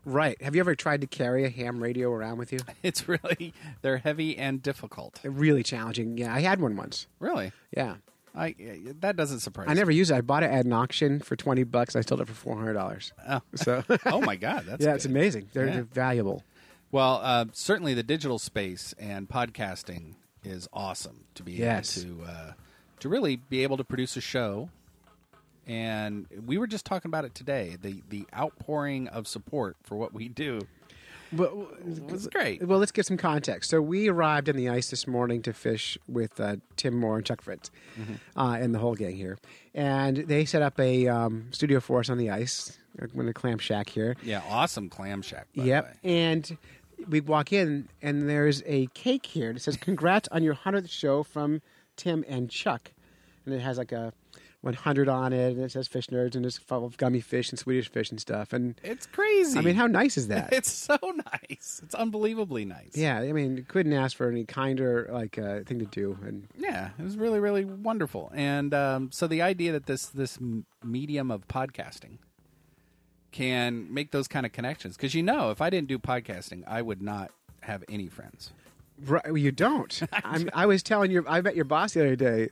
[SPEAKER 1] right have you ever tried to carry a ham radio around with you
[SPEAKER 2] It's really they're heavy and difficult.
[SPEAKER 1] really challenging yeah i had one once
[SPEAKER 2] Really?
[SPEAKER 1] yeah
[SPEAKER 2] I that doesn't surprise.
[SPEAKER 1] i never used it i bought it at an auction for 20 bucks i sold it for $400
[SPEAKER 2] Oh.
[SPEAKER 1] so
[SPEAKER 2] oh my god, that's
[SPEAKER 1] yeah
[SPEAKER 2] good.
[SPEAKER 1] it's amazing they're,
[SPEAKER 2] Yeah.
[SPEAKER 1] they're valuable
[SPEAKER 2] Well, uh, certainly the digital space and podcasting is awesome to be
[SPEAKER 1] Yes.
[SPEAKER 2] able to uh, to really be able to produce a show. And we were just talking about it today the the outpouring of support for what we do.
[SPEAKER 1] But
[SPEAKER 2] it's great.
[SPEAKER 1] Well, let's give some context. So we arrived on the ice this morning to fish with uh, Tim Moore and Chuck Fritz uh, and the whole gang here, and they set up a um, studio for us on the ice, like, in a clam shack here.
[SPEAKER 2] Yeah, awesome clam shack. by the way.
[SPEAKER 1] yep, and we walk in, and there's a cake here that says "Congrats on your hundredth show from Tim and Chuck," and it has like a 100 on it, and it says "Fish Nerds" and it's full of gummy fish and Swedish fish and stuff, and
[SPEAKER 2] It's crazy.
[SPEAKER 1] I mean, how nice is that?
[SPEAKER 2] It's so nice. It's unbelievably nice.
[SPEAKER 1] Yeah, I mean, couldn't ask for any kinder like uh, thing to do. And
[SPEAKER 2] Yeah, it was really, really wonderful. And um, so the idea that this this m- medium of podcasting can make those kind of connections, because you know, if I didn't do podcasting, I would not have any friends.
[SPEAKER 1] Right, you don't. I'm, I was telling your, I met your boss the other day,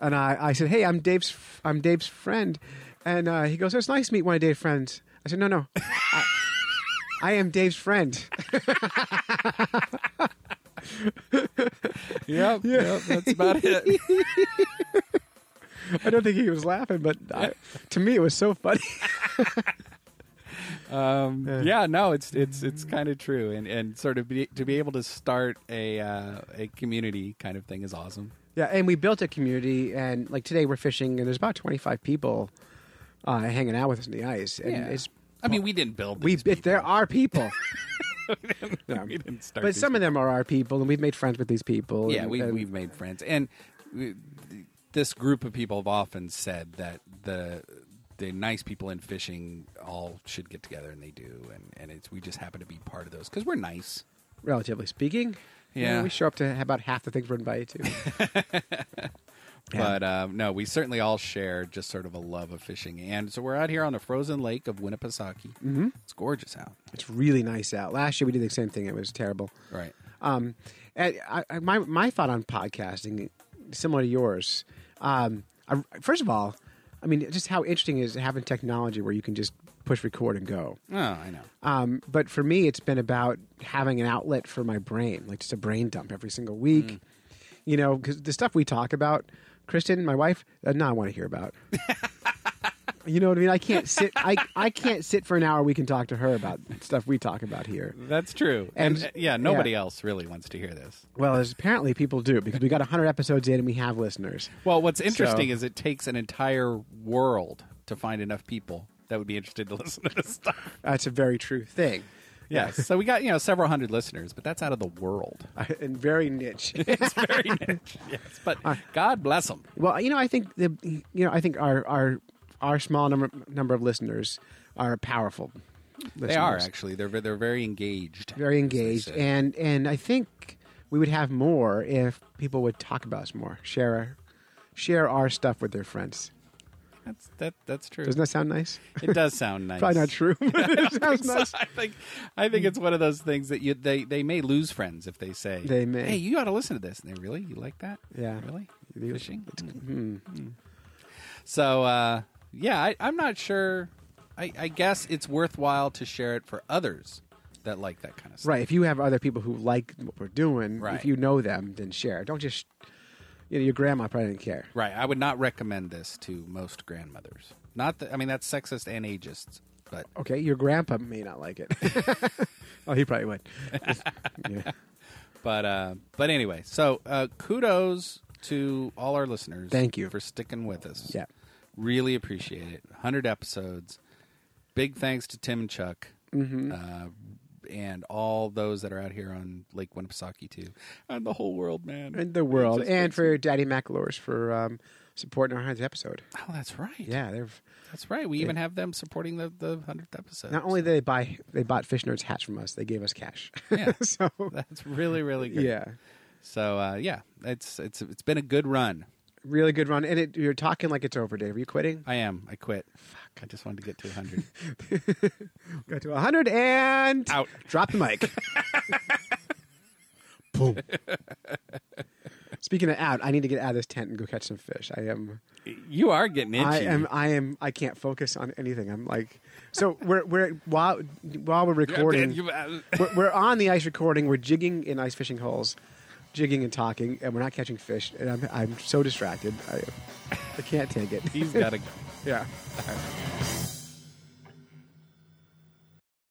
[SPEAKER 1] and I, I said, "Hey, I'm Dave's, I'm Dave's friend," and uh, he goes, "It's nice to meet one of Dave's friends." I said, "No, no, I, I am Dave's friend."
[SPEAKER 2] Yep, yep, that's about it.
[SPEAKER 1] I don't think he was laughing, but I, to me, it was so funny.
[SPEAKER 2] Um, yeah. no, it's it's it's kind of true, and and sort of be, to be able to start a uh, a community kind of thing is awesome.
[SPEAKER 1] Yeah, and we built a community, and like today we're fishing, and there's about 25 people uh, hanging out with us on the ice, and
[SPEAKER 2] Yeah.
[SPEAKER 1] it's
[SPEAKER 2] I mean, we didn't build.
[SPEAKER 1] we it, there are people.
[SPEAKER 2] Them. We didn't start.
[SPEAKER 1] but
[SPEAKER 2] these
[SPEAKER 1] some of them are our people, and we've made friends with these people.
[SPEAKER 2] Yeah,
[SPEAKER 1] and-
[SPEAKER 2] we,
[SPEAKER 1] and-
[SPEAKER 2] we've made friends, and we, th- this group of people have often said that the the nice people in fishing all should get together, and they do, and and it's we just happen to be part of those because we're nice.
[SPEAKER 1] relatively speaking. you
[SPEAKER 2] Yeah.
[SPEAKER 1] know, we show up to about half the things we're invited to.
[SPEAKER 2] But uh, no, we certainly all share just sort of a love of fishing, and so we're out here on the frozen lake of Winnipesaukee.
[SPEAKER 1] hmm
[SPEAKER 2] It's gorgeous out,
[SPEAKER 1] It's really nice out. Last year we did the same thing. It was terrible.
[SPEAKER 2] right?
[SPEAKER 1] Um, and I, I, my my thought on podcasting, similar to yours. Um, I, first of all, I mean, just how interesting is having technology where you can just push record and go.
[SPEAKER 2] Oh, I know.
[SPEAKER 1] Um, but for me, it's been about having an outlet for my brain, like just a brain dump every single week.
[SPEAKER 2] Mm.
[SPEAKER 1] You know, because the stuff we talk about, Kristen, my wife, uh, not I want to hear about. you know what I mean? I can't sit. I I can't sit for an hour. We can talk to her about stuff we talk about here.
[SPEAKER 2] That's true,
[SPEAKER 1] And-
[SPEAKER 2] and, uh, yeah, nobody
[SPEAKER 1] yeah.
[SPEAKER 2] else really wants to hear this.
[SPEAKER 1] Well, as apparently people do because we got 100 episodes in and we have listeners.
[SPEAKER 2] Well, what's interesting
[SPEAKER 1] So-
[SPEAKER 2] is it takes an entire world to find enough people that would be interested to listen to this stuff.
[SPEAKER 1] That's a very true thing.
[SPEAKER 2] Yes. so we got you know several hundred listeners, but that's out of the world
[SPEAKER 1] and very niche.
[SPEAKER 2] it's very niche. Yes, but God bless them.
[SPEAKER 1] Well, you know, I think the you know I think our our our small number number of listeners are powerful.
[SPEAKER 2] They are
[SPEAKER 1] listeners.
[SPEAKER 2] actually. They're ve- they're very engaged.
[SPEAKER 1] very engaged, and and I think we would have more if people would talk about us more, share our, share our stuff with their friends.
[SPEAKER 2] That's that that's true.
[SPEAKER 1] Doesn't that sound nice?
[SPEAKER 2] It does sound nice.
[SPEAKER 1] Probably not true.
[SPEAKER 2] I
[SPEAKER 1] but
[SPEAKER 2] don't
[SPEAKER 1] it sounds
[SPEAKER 2] think so.
[SPEAKER 1] nice.
[SPEAKER 2] I think I think it's one of those things that you they they may lose friends if they say
[SPEAKER 1] They may.
[SPEAKER 2] Hey, you ought to listen to this. And they really you like that?
[SPEAKER 1] Yeah.
[SPEAKER 2] really fishing.
[SPEAKER 1] Hmm.
[SPEAKER 2] So uh, yeah, I, I'm not sure. I, I guess it's worthwhile to share it for others that like that kind of stuff.
[SPEAKER 1] Right. If you have other people who like what we're doing,
[SPEAKER 2] Right.
[SPEAKER 1] if you know them, then share. Don't just you know your grandma probably didn't care.
[SPEAKER 2] Right. I would not recommend this to most grandmothers. Not that I mean that's sexist and ageist, but
[SPEAKER 1] Okay, your grandpa may not like it. oh, he probably would. Yeah.
[SPEAKER 2] but uh, but anyway, so uh, kudos to all our listeners.
[SPEAKER 1] Thank you.
[SPEAKER 2] for sticking with us.
[SPEAKER 1] Yeah.
[SPEAKER 2] really appreciate it. Hundred episodes. Big thanks to Tim and Chuck,
[SPEAKER 1] Mhm.
[SPEAKER 2] uh, and all those that are out here on Lake Winnipesaukee too, and the whole world, man,
[SPEAKER 1] And the world,
[SPEAKER 2] It's just
[SPEAKER 1] and for Daddy McElures for um, supporting our hundredth episode.
[SPEAKER 2] Oh, that's right.
[SPEAKER 1] Yeah, they've
[SPEAKER 2] That's right. We
[SPEAKER 1] They-
[SPEAKER 2] even have them supporting the the hundredth episode.
[SPEAKER 1] not only did they buy they bought fish nerds hats from us, they gave us cash.
[SPEAKER 2] Yeah.
[SPEAKER 1] so
[SPEAKER 2] that's really really good.
[SPEAKER 1] Yeah.
[SPEAKER 2] So uh, yeah, it's it's it's been a good run.
[SPEAKER 1] really good run. And it, you're talking like it's over, Dave. Are you quitting?
[SPEAKER 2] I am. I quit. Fuck. I just wanted to get to 100.
[SPEAKER 1] Got to 100 and
[SPEAKER 2] out.
[SPEAKER 1] Drop the mic. Boom. Speaking of out, I need to get out of this tent and go catch some fish. I am.
[SPEAKER 2] you are getting itchy.
[SPEAKER 1] I am. I am. I can't focus on anything. I'm like, so we're we're while while we're recording,
[SPEAKER 2] you- uh,
[SPEAKER 1] we're, we're on the ice recording. We're jigging in ice fishing holes, jigging and talking, and we're not catching fish. And I'm I'm so distracted. I I can't take it.
[SPEAKER 2] He's got to go.
[SPEAKER 1] yeah.
[SPEAKER 2] All right.